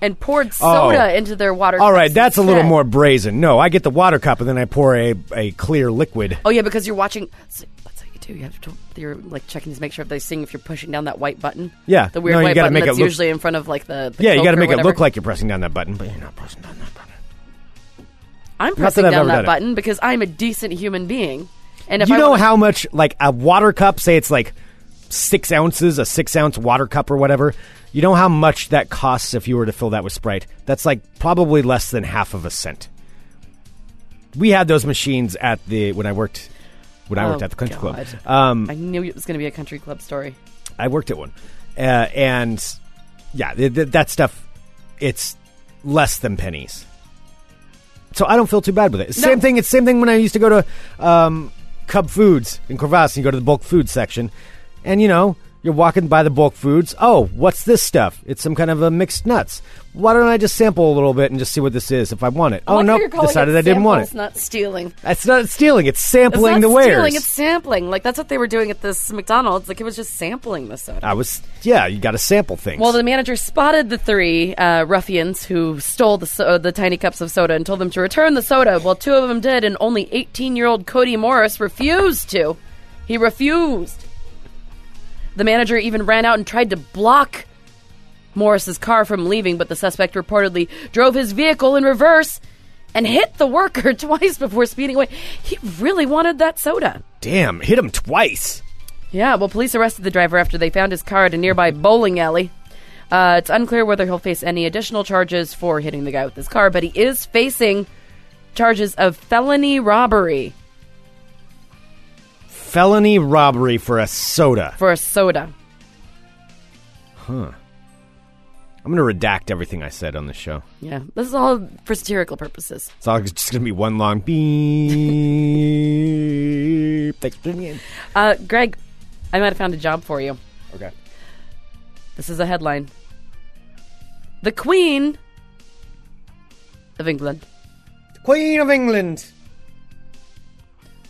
[SPEAKER 7] and poured soda
[SPEAKER 6] Oh.
[SPEAKER 7] into their water.
[SPEAKER 6] All right,
[SPEAKER 7] cups
[SPEAKER 6] that's a little
[SPEAKER 7] instead.
[SPEAKER 6] more brazen. No, I get the water cup and then I pour a, a clear liquid.
[SPEAKER 7] Oh, yeah, because you're watching. so That's how you do. You have to. You're like checking to make sure if they sing if you're pushing down that white button.
[SPEAKER 6] Yeah.
[SPEAKER 7] The weird
[SPEAKER 6] No, you
[SPEAKER 7] white
[SPEAKER 6] gotta
[SPEAKER 7] button
[SPEAKER 6] make it
[SPEAKER 7] that's
[SPEAKER 6] look-
[SPEAKER 7] usually in front of like the. the
[SPEAKER 6] yeah, you
[SPEAKER 7] Coke
[SPEAKER 6] got to
[SPEAKER 7] or
[SPEAKER 6] make it
[SPEAKER 7] whatever.
[SPEAKER 6] look like you're pressing down that button, but you're not pressing down that button.
[SPEAKER 7] I'm pressing
[SPEAKER 6] I've
[SPEAKER 7] down
[SPEAKER 6] ever
[SPEAKER 7] that
[SPEAKER 6] done it.
[SPEAKER 7] button because I'm a decent human being. And if
[SPEAKER 6] you
[SPEAKER 7] I
[SPEAKER 6] know
[SPEAKER 7] wanna-
[SPEAKER 6] how much like a water cup say it's like six ounces a six ounce water cup or whatever you know how much that costs if you were to fill that with sprite that's like probably less than half of a cent we had those machines at the when I worked when I
[SPEAKER 7] Oh,
[SPEAKER 6] worked at the country club.
[SPEAKER 7] God.
[SPEAKER 6] Um,
[SPEAKER 7] I knew it was going to be a country club story.
[SPEAKER 6] I worked at one, uh, and yeah, th- th- that stuff it's less than pennies. So I don't feel too bad with it. Same thing. It's same thing when I used to go to um, Cub Foods in Corvallis, and you go to the bulk food section, and you know you're walking by the bulk foods. Oh, what's this stuff? It's some kind of a mixed nuts. Why don't I just sample a little bit and just see what this is if I want it?
[SPEAKER 7] I
[SPEAKER 6] oh
[SPEAKER 7] like how
[SPEAKER 6] no,
[SPEAKER 7] you're calling
[SPEAKER 6] decided
[SPEAKER 7] it
[SPEAKER 6] I didn't want
[SPEAKER 7] samples,
[SPEAKER 6] it.
[SPEAKER 7] Not stealing.
[SPEAKER 6] That's not stealing. It's
[SPEAKER 7] It's
[SPEAKER 6] sampling
[SPEAKER 7] not
[SPEAKER 6] the wares.
[SPEAKER 7] stealing. It's sampling. Like that's what they were doing at this McDonald's. Like it was just sampling the soda.
[SPEAKER 6] I was yeah. You got to sample things.
[SPEAKER 7] Well, the manager spotted the three uh, ruffians who stole the, so- the tiny cups of soda and told them to return the soda. Well, two of them did, and only 18 year old Cody Morris refused to. He refused. The manager even ran out and tried to block Morris's car from leaving, but the suspect reportedly drove his vehicle in reverse and hit the worker twice before speeding away. He really wanted that soda.
[SPEAKER 6] damn, hit him twice.
[SPEAKER 7] Yeah, well, police arrested the driver after they found his car at a nearby bowling alley. Uh, it's unclear whether he'll face any additional charges for hitting the guy with his car, but he is facing charges of felony robbery
[SPEAKER 6] felony robbery for a soda.
[SPEAKER 7] for a soda.
[SPEAKER 6] I'm going to redact everything I said on the show.
[SPEAKER 7] Yeah, this is all for satirical purposes.
[SPEAKER 6] It's all just going to be one long beep. Thanks for tuning in.
[SPEAKER 7] Uh, Greg, I might have found a job for you.
[SPEAKER 6] Okay.
[SPEAKER 7] This is a headline The Queen of England.
[SPEAKER 6] Queen of England.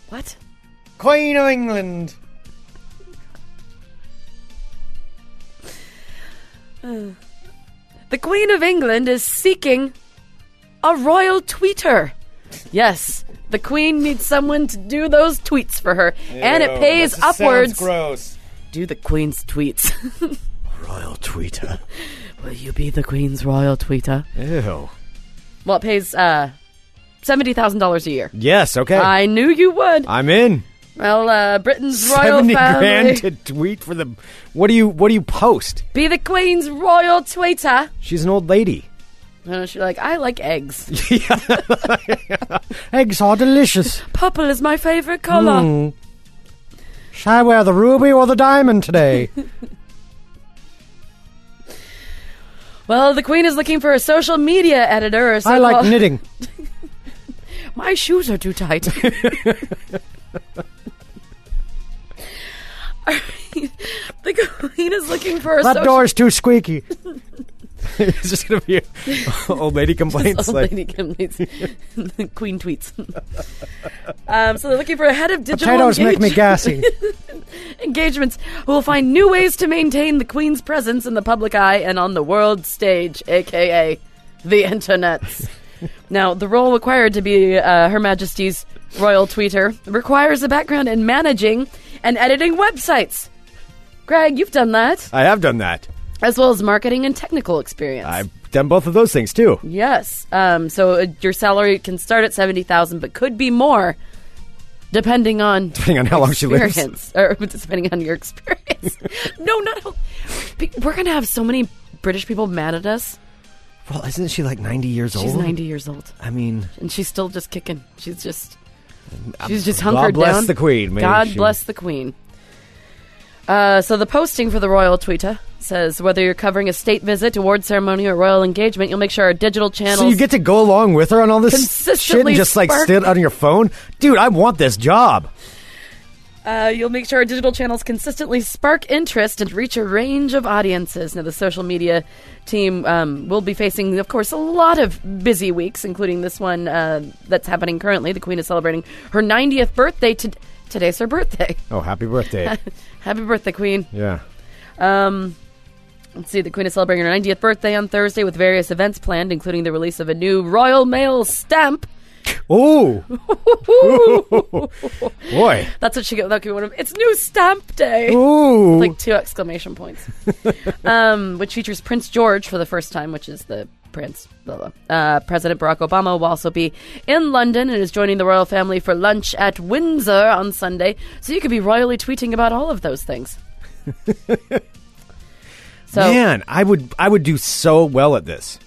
[SPEAKER 7] What?
[SPEAKER 6] Queen of England.
[SPEAKER 7] The Queen of England is seeking a royal tweeter. Yes, the Queen needs someone to do those tweets for her, and it pays upwards.
[SPEAKER 6] gross.
[SPEAKER 7] do the Queen's tweets.
[SPEAKER 6] Royal tweeter.
[SPEAKER 7] Will you be the Queen's royal tweeter?
[SPEAKER 6] Ew.
[SPEAKER 7] Well, it pays uh, $70,000 a year.
[SPEAKER 6] Yes, okay.
[SPEAKER 7] I knew you would.
[SPEAKER 6] I'm in.
[SPEAKER 7] Well, uh, Britain's royal
[SPEAKER 6] 70
[SPEAKER 7] family.
[SPEAKER 6] grand to tweet for the What do you what do you post?
[SPEAKER 7] Be the Queen's royal tweeter.
[SPEAKER 6] She's an old lady.
[SPEAKER 7] And she's like, I like eggs.
[SPEAKER 6] Eggs are delicious.
[SPEAKER 7] Purple is my favorite color.
[SPEAKER 6] Hmm. Should I wear the ruby or the diamond today?
[SPEAKER 7] Well, the Queen is looking for a social media editor or so called-
[SPEAKER 6] knitting.
[SPEAKER 7] My shoes are too tight. the queen is looking for a social
[SPEAKER 6] is too squeaky. it's just gonna be old lady complaints.
[SPEAKER 7] Old
[SPEAKER 6] like,
[SPEAKER 7] lady complaints. queen tweets. um, so they're looking for a head of digital
[SPEAKER 6] potatoes make me
[SPEAKER 7] engage-
[SPEAKER 6] gassy.
[SPEAKER 7] engagements who will find new ways to maintain the queen's presence in the public eye and on the world stage, aka the internet. now, the role required to be uh, Her Majesty's royal tweeter requires a background in managing and editing websites. Greg, you've done that,
[SPEAKER 6] I have done that.
[SPEAKER 7] as well as marketing and technical experience.
[SPEAKER 6] I've done both of those things too.
[SPEAKER 7] Yes. Um, so uh, your salary can start at seventy thousand, but could be more, depending on
[SPEAKER 6] Depending on how long she lives.
[SPEAKER 7] experience, or depending on your experience. no, not how- Be- we're gonna have so many British people mad at us.
[SPEAKER 6] Well, isn't she like ninety years
[SPEAKER 7] She's ninety years old,
[SPEAKER 6] I mean,
[SPEAKER 7] and she's still just kicking. She's just she's just hunkered
[SPEAKER 6] God bless
[SPEAKER 7] down.
[SPEAKER 6] the Queen. May
[SPEAKER 7] God
[SPEAKER 6] she-
[SPEAKER 7] bless the Queen. Uh, so the posting for the royal tweeter says whether you're covering a state visit, award ceremony, or royal engagement, you'll make sure our digital channels.
[SPEAKER 6] So you get to go along with her on all this shit
[SPEAKER 7] Consistently
[SPEAKER 6] and just like
[SPEAKER 7] spark-
[SPEAKER 6] sit on your phone, dude. I want this job.
[SPEAKER 7] Uh, you'll make sure our digital channels consistently spark interest and reach a range of audiences. Now, the social media team um, will be facing, of course, a lot of busy weeks, including this one uh, that's happening currently. The Queen is celebrating her 90th birthday. To- today's her birthday.
[SPEAKER 6] Oh, happy birthday!
[SPEAKER 7] Happy birthday, Queen.
[SPEAKER 6] yeah.
[SPEAKER 7] Um, let's see. The Queen is celebrating her 90th birthday on Thursday with various events planned, including the release of a new Royal Mail stamp.
[SPEAKER 6] Oh, boy.
[SPEAKER 7] That's what she got. That could be one of It's New Stamp Day.
[SPEAKER 6] Ooh.
[SPEAKER 7] like two exclamation points, um, which features Prince George for the first time, which is the prince. Blah, blah. Uh, President Barack Obama will also be in London and is joining the royal family for lunch at Windsor on Sunday. So you could be royally tweeting about all of those things. so
[SPEAKER 6] Man, I would I would do so well at this.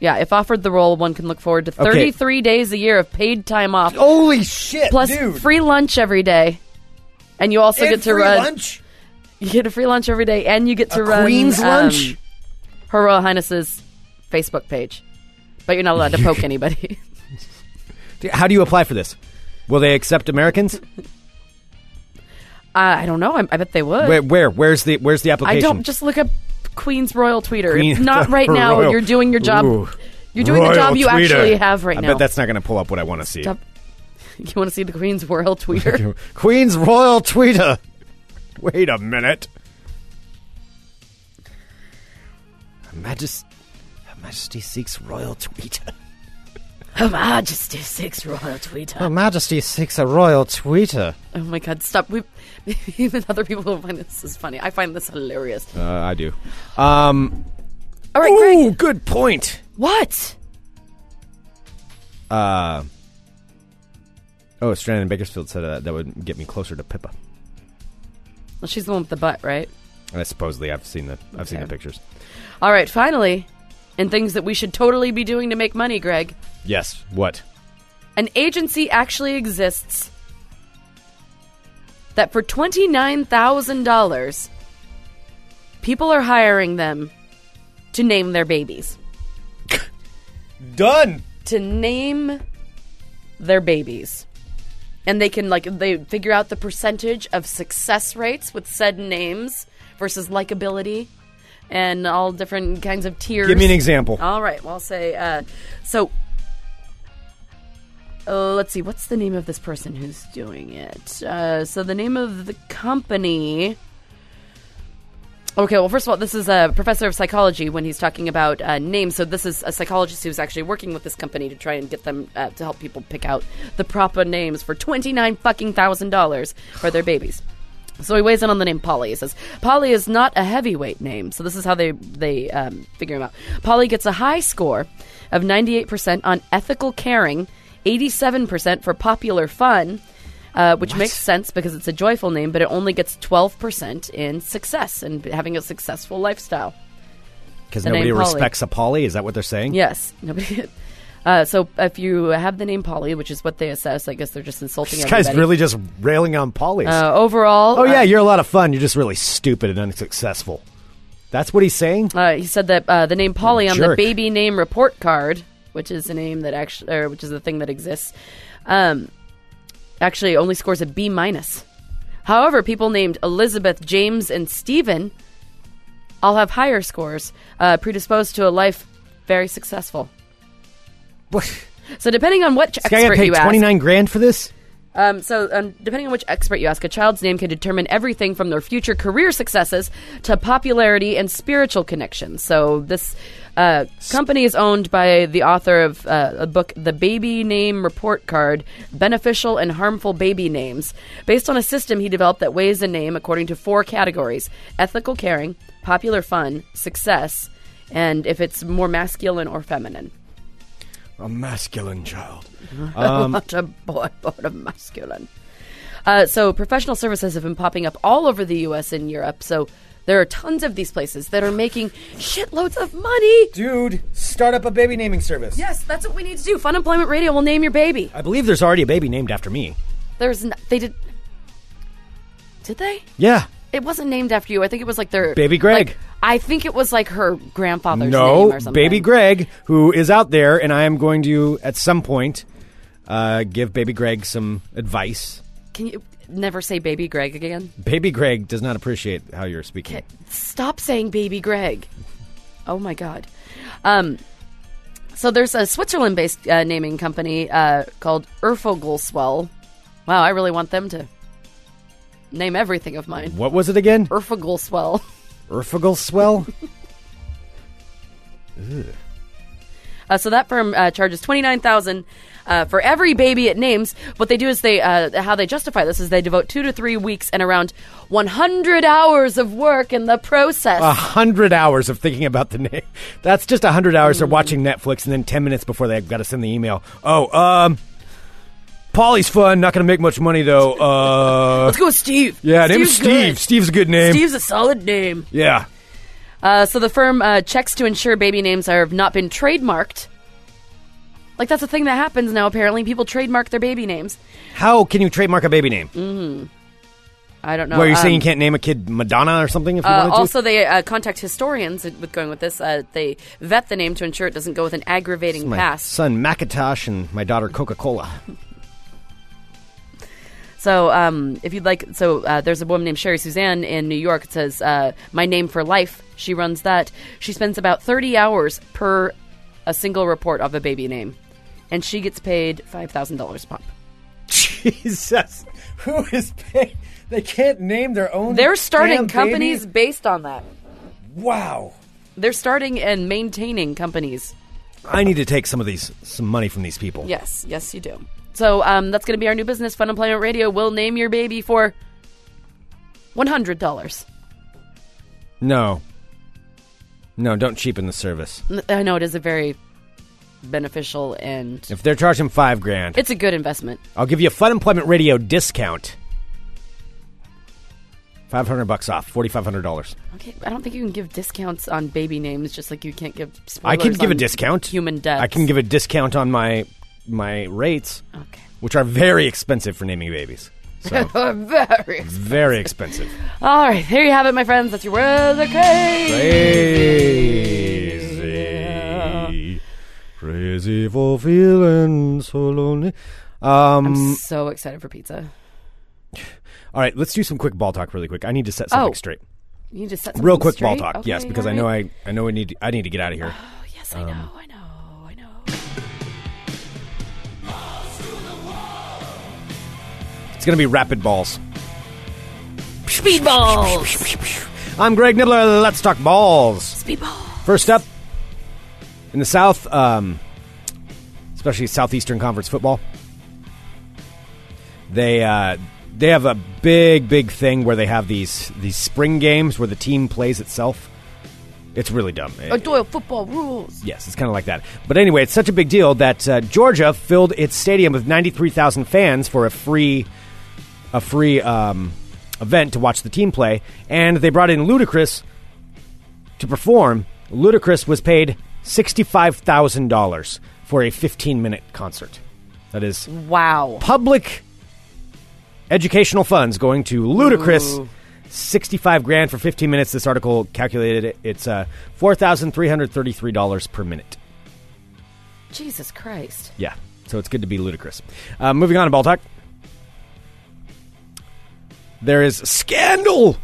[SPEAKER 7] Yeah, if offered the role, one can look forward to
[SPEAKER 6] Okay.
[SPEAKER 7] 33 days a year of paid time off,
[SPEAKER 6] Holy shit,
[SPEAKER 7] plus
[SPEAKER 6] dude!
[SPEAKER 7] free lunch every day. And you also
[SPEAKER 6] And
[SPEAKER 7] get to
[SPEAKER 6] free
[SPEAKER 7] run.
[SPEAKER 6] lunch.
[SPEAKER 7] You get a free lunch every day, and you get to
[SPEAKER 6] A
[SPEAKER 7] run
[SPEAKER 6] queen's
[SPEAKER 7] um,
[SPEAKER 6] lunch?
[SPEAKER 7] Her Royal Highness's Facebook page, but you're not allowed to poke anybody.
[SPEAKER 6] Dude, How do you apply for this? Will they accept Americans?
[SPEAKER 7] I I don't know. I, I bet they would.
[SPEAKER 6] Where, where? Where's the Where's the application?
[SPEAKER 7] I don't just look up Queen's Royal Tweeter.
[SPEAKER 6] Queen-
[SPEAKER 7] If not right now,
[SPEAKER 6] Royal-
[SPEAKER 7] you're doing your job.
[SPEAKER 6] Ooh.
[SPEAKER 7] You're doing
[SPEAKER 6] Royal
[SPEAKER 7] the job you
[SPEAKER 6] tweeter.
[SPEAKER 7] actually have right
[SPEAKER 6] I
[SPEAKER 7] now.
[SPEAKER 6] bet that's not going to pull up what I want to see.
[SPEAKER 7] Stop. You want to see the Queen's Royal Tweeter?
[SPEAKER 6] Queen's Royal Tweeter. Wait a minute. Her, majest- Her Majesty seeks Royal Tweeter.
[SPEAKER 7] Her Majesty Six Royal Tweeter.
[SPEAKER 6] Her Majesty seeks a Royal Tweeter.
[SPEAKER 7] Oh my God! Stop. We even other people will find this is funny. I find this hilarious.
[SPEAKER 6] Uh, I do. Um,
[SPEAKER 7] All right, Greg.
[SPEAKER 6] ooh, good point.
[SPEAKER 7] What?
[SPEAKER 6] Uh, oh, Strand and Bakersfield said uh, that that would get me closer to Pippa.
[SPEAKER 7] Well, she's the one with the butt, right?
[SPEAKER 6] And I supposedly I've seen the I've seen the
[SPEAKER 7] Okay.
[SPEAKER 6] pictures.
[SPEAKER 7] All right, finally, and things that we should totally be doing to make money, Greg.
[SPEAKER 6] Yes. What?
[SPEAKER 7] An agency actually exists that for $29,000, people are hiring them to name their babies.
[SPEAKER 6] Done.
[SPEAKER 7] To name their babies. And they can, like, they figure out the percentage of success rates with said names versus likability and all different kinds of tiers.
[SPEAKER 6] Give me an example.
[SPEAKER 7] All right. Well, I'll say uh, so. Uh, let's see. What's the name of this person who's doing it? Uh, so the name of the company. Okay. Well, first of all, this is a professor of psychology when he's talking about uh, names. So this is a psychologist who's actually working with this company to try and get them uh, to help people pick out the proper names for twenty nine fucking thousand dollars for their babies. So he weighs in on the name Polly. He says Polly is not a heavyweight name, so this is how they they um, figure him out. Polly gets a high score of ninety eight percent on ethical caring, eighty seven percent for popular fun, uh, which makes sense because it's a joyful name, but it only gets twelve percent in success and having a successful lifestyle.
[SPEAKER 6] Because
[SPEAKER 7] the name
[SPEAKER 6] nobody
[SPEAKER 7] Polly.
[SPEAKER 6] respects a Polly. Is that what they're saying?
[SPEAKER 7] Yes, nobody. Uh, so if you have the name Polly, which is what they assess, I guess they're just insulting.
[SPEAKER 6] This guy's
[SPEAKER 7] everybody.
[SPEAKER 6] really just railing on Polly's.
[SPEAKER 7] uh, overall.
[SPEAKER 6] oh yeah,
[SPEAKER 7] uh,
[SPEAKER 6] you're a lot of fun. You're just really stupid and unsuccessful. That's what he's saying.
[SPEAKER 7] Uh, he said that uh, the name Polly on the
[SPEAKER 6] Jerk.
[SPEAKER 7] baby name report card, which is the name that actually, or which is the thing that exists, um, actually only scores a B minus. However, people named Elizabeth, James, and Stephen all have higher scores, uh, predisposed to a life very successful.
[SPEAKER 6] What?
[SPEAKER 7] So, depending on what
[SPEAKER 6] This guy got
[SPEAKER 7] expert
[SPEAKER 6] paid
[SPEAKER 7] you ask,
[SPEAKER 6] twenty nine grand for this.
[SPEAKER 7] um, so, um, depending on which expert you ask, a child's name can determine everything from their future career successes to popularity and spiritual connections. So, this uh, company is owned by the author of uh, a book, The Baby Name Report Card Beneficial and Harmful Baby Names, based on a system he developed that weighs a name according to four categories ethical caring, popular fun, success, and if it's more masculine or feminine.
[SPEAKER 6] A masculine child. Um,
[SPEAKER 7] What a boy, what a masculine. Uh, so professional services have been popping up all over the U.S. and Europe. So there are tons of these places that are making shitloads of money.
[SPEAKER 6] Dude, start up a baby naming service.
[SPEAKER 7] Yes, that's what we need to do. Fun Employment Radio will name your baby.
[SPEAKER 6] I believe there's already a baby named after me.
[SPEAKER 7] There's n- they did. Did they?
[SPEAKER 6] Yeah.
[SPEAKER 7] It wasn't named after you. I think it was like their
[SPEAKER 6] Baby Greg.
[SPEAKER 7] like, I think it was like her grandfather's name
[SPEAKER 6] No,
[SPEAKER 7] or something.
[SPEAKER 6] baby Greg, who is out there, and I am going to at some point uh, give baby Greg some advice.
[SPEAKER 7] Can you never say baby Greg again?
[SPEAKER 6] Baby Greg does not appreciate how you're speaking.
[SPEAKER 7] Okay, Stop saying baby Greg. Oh my god. Um, so there's a Switzerland-based uh, naming company uh, called Erfogelswell. Wow, I really want them to name everything of mine.
[SPEAKER 6] What was it again?
[SPEAKER 7] Erfogelswell.
[SPEAKER 6] Urfagal swell?
[SPEAKER 7] Uh, so that firm uh, charges twenty nine thousand uh, for every baby it names. What they do is they uh, how they justify this is they devote two to three weeks and around one hundred hours of work in the process.
[SPEAKER 6] A hundred hours of thinking about the name. That's just a hundred hours of watching Netflix, and then ten minutes before they've got to send the email. Oh, um, Polly's fun. Not going to make much money though. Uh,
[SPEAKER 7] Let's go, with Steve.
[SPEAKER 6] yeah,
[SPEAKER 7] Steve's
[SPEAKER 6] name's Steve.
[SPEAKER 7] good.
[SPEAKER 6] Steve's a good name.
[SPEAKER 7] Steve's a solid name.
[SPEAKER 6] Yeah,
[SPEAKER 7] Uh, so the firm uh, checks to ensure baby names are, have not been trademarked. Like that's a thing that happens now. Apparently, people trademark their baby names.
[SPEAKER 6] How can you trademark a baby name?
[SPEAKER 7] I don't know.
[SPEAKER 6] Where you're saying you
[SPEAKER 7] Mm. um,
[SPEAKER 6] can't name a kid Madonna or something if you
[SPEAKER 7] Uh,
[SPEAKER 6] wanted
[SPEAKER 7] also, they uh, contact historians with going with this. Uh, they vet the name to ensure it doesn't go with an
[SPEAKER 6] to?
[SPEAKER 7] aggravating
[SPEAKER 6] Oh My
[SPEAKER 7] past.
[SPEAKER 6] son Macintosh and my daughter Coca Cola.
[SPEAKER 7] So, um, if you'd like, so uh, there's a woman named Sherry Suzanne in New York. It says, uh, "My name for life." She runs that. She spends about 30 hours per a single report of a baby name, and she gets paid five thousand dollars a pop.
[SPEAKER 6] Jesus, who is paying? They can't name their own.
[SPEAKER 7] They're starting
[SPEAKER 6] damn
[SPEAKER 7] companies
[SPEAKER 6] baby?
[SPEAKER 7] based on that.
[SPEAKER 6] Wow.
[SPEAKER 7] They're starting and maintaining companies.
[SPEAKER 6] I need to take some of these some money from these people.
[SPEAKER 7] Yes, yes, you do. So um, that's going to be our new business, Fun Employment Radio. We'll name your baby for one hundred dollars.
[SPEAKER 6] No. No, don't cheapen the service.
[SPEAKER 7] I know it is a very beneficial and
[SPEAKER 6] If they're charging five grand,
[SPEAKER 7] it's a good investment.
[SPEAKER 6] I'll give you a Fun Employment Radio discount. Five hundred bucks off, forty five hundred dollars.
[SPEAKER 7] Okay, I don't think you can give discounts on baby names, just like you can't give.
[SPEAKER 6] I can
[SPEAKER 7] spoilers
[SPEAKER 6] give a
[SPEAKER 7] on
[SPEAKER 6] discount.
[SPEAKER 7] Human death.
[SPEAKER 6] I can give a discount on my my rates,
[SPEAKER 7] Okay. Oh,
[SPEAKER 6] which are very expensive for naming babies. So
[SPEAKER 7] Very.
[SPEAKER 6] very expensive.
[SPEAKER 7] All right, there you have it, my friends. That's your weather case.
[SPEAKER 6] Crazy, crazy for feeling so lonely. Um,
[SPEAKER 7] I'm so excited for pizza.
[SPEAKER 6] all right, let's do some quick ball talk really quick. I need to set something
[SPEAKER 7] Oh.
[SPEAKER 6] straight.
[SPEAKER 7] You need to set
[SPEAKER 6] Real
[SPEAKER 7] something
[SPEAKER 6] quick ball
[SPEAKER 7] straight?
[SPEAKER 6] talk, yes,
[SPEAKER 7] Okay,
[SPEAKER 6] because I
[SPEAKER 7] all
[SPEAKER 6] know
[SPEAKER 7] right.
[SPEAKER 6] I I know I need to, I um, need to get out of here.
[SPEAKER 7] Oh, yes, I know, I know, I know.
[SPEAKER 6] It's gonna be rapid balls.
[SPEAKER 7] Speedballs.
[SPEAKER 6] I'm Greg Nibbler. Let's talk balls.
[SPEAKER 7] Speedballs.
[SPEAKER 6] First up, in the South, um, especially Southeastern Conference football, they uh, they have a big, big thing where they have these these spring games where the team plays itself. It's really dumb.
[SPEAKER 7] Uh, Doyle football rules.
[SPEAKER 6] Yes, it's kind of like that. But anyway, it's such a big deal that uh, Georgia filled its stadium with 93,000 fans for a free a free um, event to watch the team play, and they brought in Ludacris to perform. Ludacris was paid $65,000 for a 15-minute concert. That is
[SPEAKER 7] Wow.
[SPEAKER 6] public educational funds going to Ludacris.
[SPEAKER 7] Ooh.
[SPEAKER 6] 65 grand for 15 minutes. This article calculated it. It's uh, $4,333 per minute.
[SPEAKER 7] Jesus Christ.
[SPEAKER 6] Yeah. So it's good to be ludicrous. Uh, moving on to ball talk. There is scandal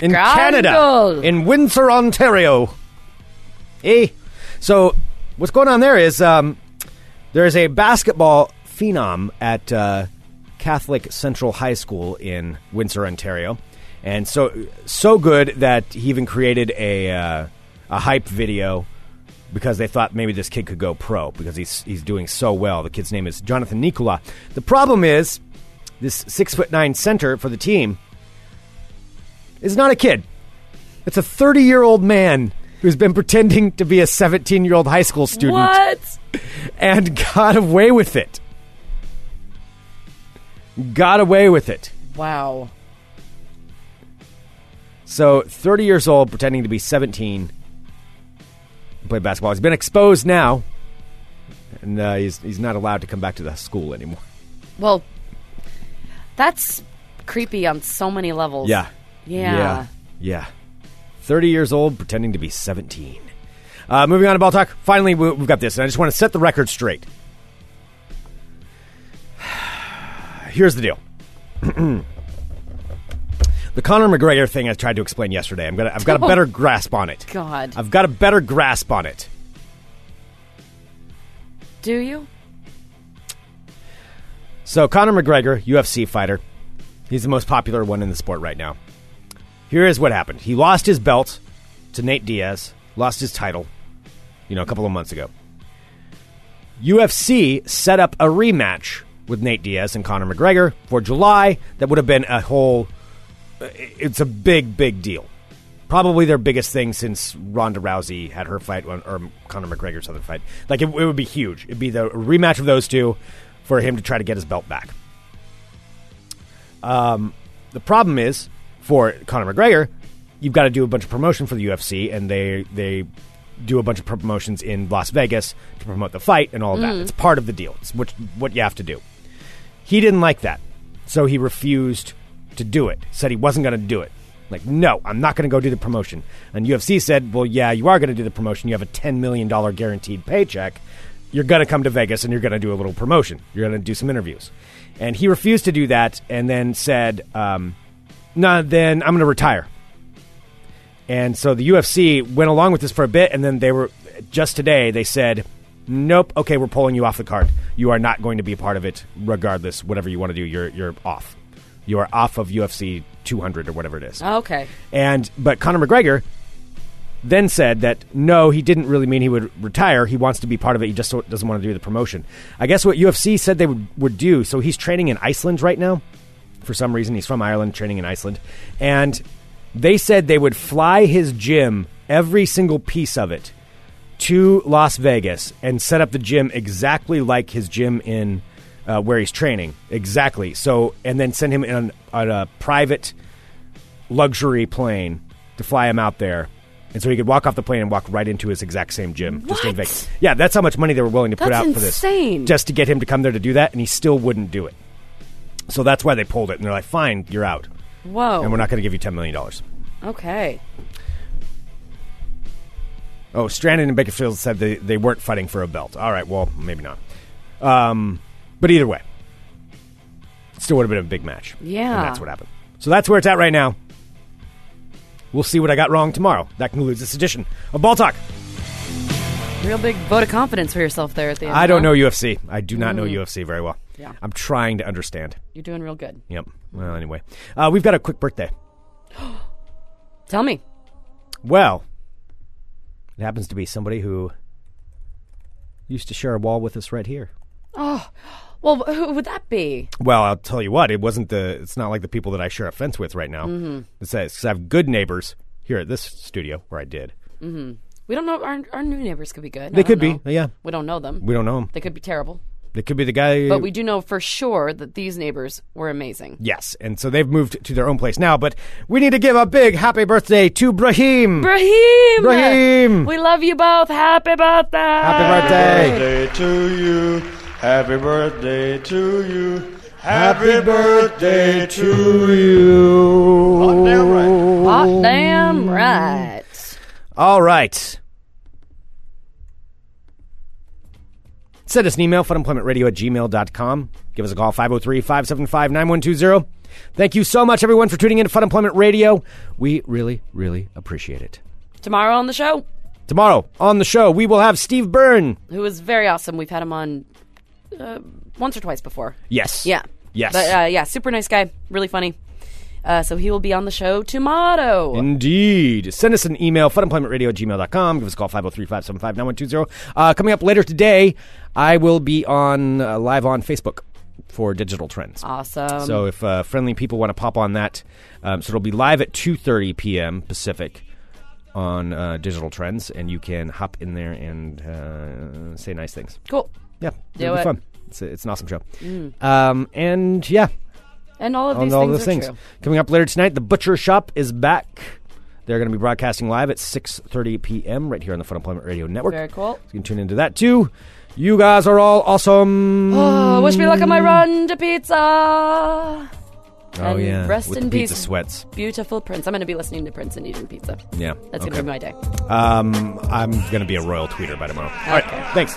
[SPEAKER 6] in Canada,
[SPEAKER 7] Scandal.
[SPEAKER 6] in Windsor, Ontario. Eh? So what's going on there is um, there is a basketball phenom at uh, Catholic Central High School in Windsor, Ontario, and so so good that he even created a uh, a hype video because they thought maybe this kid could go pro because he's he's doing so well. The kid's name is Jonathan Nicola. The problem is this six foot nine center for the team is not a kid. It's a thirty year old man who's been pretending to be a seventeen year old high school student
[SPEAKER 7] What?
[SPEAKER 6] and got away with it. Got away with it.
[SPEAKER 7] Wow.
[SPEAKER 6] So, 30 years old, pretending to be 17, played basketball. He's been exposed now, and uh, he's, he's not allowed to come back to the school anymore.
[SPEAKER 7] Well, that's creepy on so many levels.
[SPEAKER 6] Yeah.
[SPEAKER 7] Yeah.
[SPEAKER 6] Yeah. Yeah. 30 years old, pretending to be 17. Uh, moving on to ball talk. Finally, we, we've got this, and I just want to set the record straight. Here's the deal. the Conor McGregor thing I tried to explain yesterday. I'm gonna, I've got a
[SPEAKER 7] Oh,
[SPEAKER 6] better grasp on it.
[SPEAKER 7] God.
[SPEAKER 6] I've got a better grasp on it.
[SPEAKER 7] Do you?
[SPEAKER 6] So Conor McGregor, UFC fighter, he's the most popular one in the sport right now. Here is what happened: he lost his belt to Nate Diaz, lost his title, you know, a couple of months ago. UFC set up a rematch with Nate Diaz and Conor McGregor for July. That would have been a whole. It's a big, big deal. Probably their biggest thing since Ronda Rousey had her fight or Conor McGregor's other fight. Like it, it would be huge. It'd be the rematch of those two for him to try to get his belt back. Um, the problem is for Conor McGregor, you've got to do a bunch of promotion for the UFC, and they they do a bunch of promotions in Las Vegas to promote the fight and all of that. It's part of the deal. It's what what you have to do. He didn't like that, so he refused to do it. Said he wasn't going to do it. Like, no, I'm not going to go do the promotion. And UFC said, well, yeah, you are going to do the promotion. You have a $10 million guaranteed paycheck. You're going to come to Vegas and you're going to do a little promotion. You're going to do some interviews. And he refused to do that and then said, um, no, then I'm going to retire. And so the UFC went along with this for a bit, and then they were just today they said, "Nope, okay, we're pulling you off the card. You are not going to be a part of it, regardless. Whatever you want to do, you're you're off. You are off of UFC 200 or whatever it is."
[SPEAKER 7] Okay.
[SPEAKER 6] And but Conor McGregor then said that no, he didn't really mean he would retire. He wants to be part of it. He just doesn't want to do the promotion. I guess what UFC said they would, would do. So he's training in Iceland right now. For some reason, he's from Ireland, training in Iceland, and they said they would fly his gym, every single piece of it, to Las Vegas and set up the gym exactly like his gym in uh, where he's training, exactly. So, and then send him in on a private luxury plane to fly him out there. And so he could walk off the plane and walk right into his exact same gym just in
[SPEAKER 7] What?
[SPEAKER 6] Vegas. Yeah, that's how much money they were willing to put
[SPEAKER 7] That's
[SPEAKER 6] out for this.
[SPEAKER 7] insane.
[SPEAKER 6] Just to get him to come there to do that, and he still wouldn't do it. So that's why they pulled it. And they're like, fine, you're out.
[SPEAKER 7] Whoa.
[SPEAKER 6] And we're not going to give you $10 million.
[SPEAKER 7] Okay.
[SPEAKER 6] Oh, Strandon and Bakersfield said they, they weren't fighting for a belt. All right, well, maybe not. Um, but either way, it still would have been a big match.
[SPEAKER 7] Yeah.
[SPEAKER 6] And that's what happened. So that's where it's at right now. We'll see what I got wrong tomorrow. That concludes this edition of Ball Talk.
[SPEAKER 7] Real big vote of confidence for yourself there at the end.
[SPEAKER 6] I don't
[SPEAKER 7] huh?
[SPEAKER 6] know UFC. I do not know UFC very well.
[SPEAKER 7] Mm-hmm. Yeah.
[SPEAKER 6] I'm trying to understand.
[SPEAKER 7] You're doing real good.
[SPEAKER 6] Yep. Well, anyway, uh, we've got a quick birthday.
[SPEAKER 7] Tell me.
[SPEAKER 6] Well, it happens to be somebody who used to share a wall with us right here.
[SPEAKER 7] Well, who would that be?
[SPEAKER 6] Well, I'll tell you what. It wasn't the. It's not like the people that I share a fence with right now. Mm-hmm. It's because I have good neighbors here at this studio where I did.
[SPEAKER 7] We don't know. Our, our new neighbors could be good.
[SPEAKER 6] They could be. Yeah,
[SPEAKER 7] We don't know them.
[SPEAKER 6] we don't know them.
[SPEAKER 7] they could be terrible.
[SPEAKER 6] They could be the guy.
[SPEAKER 7] But we do know for sure that these neighbors were amazing.
[SPEAKER 6] Yes, and so they've moved to their own place now. But we need to give a big happy birthday to Brahim.
[SPEAKER 7] Brahim!
[SPEAKER 6] Brahim!
[SPEAKER 7] We love you both. Happy birthday!
[SPEAKER 6] happy birthday.
[SPEAKER 4] birthday to you. Happy birthday to you. Happy birthday to you. Hot damn right.
[SPEAKER 7] Hot damn right.
[SPEAKER 6] All right. Send us an email, funemploymentradio at gmail.com. Give us a call, 503 575 9120. Thank you so much, everyone, for tuning in to Fun Employment Radio. We really, really appreciate it.
[SPEAKER 7] Tomorrow on the show,
[SPEAKER 6] Tomorrow on the show, we will have Steve Byrne.
[SPEAKER 7] who is very awesome. We've had him on uh, once or twice before.
[SPEAKER 6] Yes.
[SPEAKER 7] Yeah.
[SPEAKER 6] Yes.
[SPEAKER 7] But uh, yeah, super nice guy. Really funny. Uh, so he will be on the show tomorrow.
[SPEAKER 6] Indeed. Send us an email, funemploymentradio at gmail.com. Give us a call, 503 575 9120. Uh, Coming up later today, I will be on uh, live on Facebook for Digital Trends.
[SPEAKER 7] awesome.
[SPEAKER 6] So if uh, friendly people want to pop on that, um, so it'll be live at 2:30 p.m. Pacific on uh, Digital Trends, and you can hop in there and uh, say nice things.
[SPEAKER 7] cool.
[SPEAKER 6] Yeah,
[SPEAKER 7] Do
[SPEAKER 6] it'll be
[SPEAKER 7] it.
[SPEAKER 6] fun. It's, a, it's an awesome show. Um, and yeah,
[SPEAKER 7] And all of
[SPEAKER 6] on
[SPEAKER 7] these
[SPEAKER 6] all
[SPEAKER 7] things
[SPEAKER 6] those
[SPEAKER 7] are
[SPEAKER 6] things
[SPEAKER 7] true.
[SPEAKER 6] coming up later tonight. The Butcher Shop is back. They're going to be broadcasting live at 6:30 p.m. right here on the Fun Employment Radio Network.
[SPEAKER 7] Very cool.
[SPEAKER 6] You can tune into that too. You guys are all awesome.
[SPEAKER 7] Oh, wish me luck on my run to pizza.
[SPEAKER 6] Oh,
[SPEAKER 7] and
[SPEAKER 6] yeah,
[SPEAKER 7] rest
[SPEAKER 6] with
[SPEAKER 7] in
[SPEAKER 6] the pizza
[SPEAKER 7] peace.
[SPEAKER 6] sweats.
[SPEAKER 7] Beautiful Prince. I'm going to be listening to Prince and eating pizza.
[SPEAKER 6] Yeah,
[SPEAKER 7] That's
[SPEAKER 6] okay.
[SPEAKER 7] going to be my day.
[SPEAKER 6] Um, I'm going to be a royal tweeter by tomorrow. All right, thanks.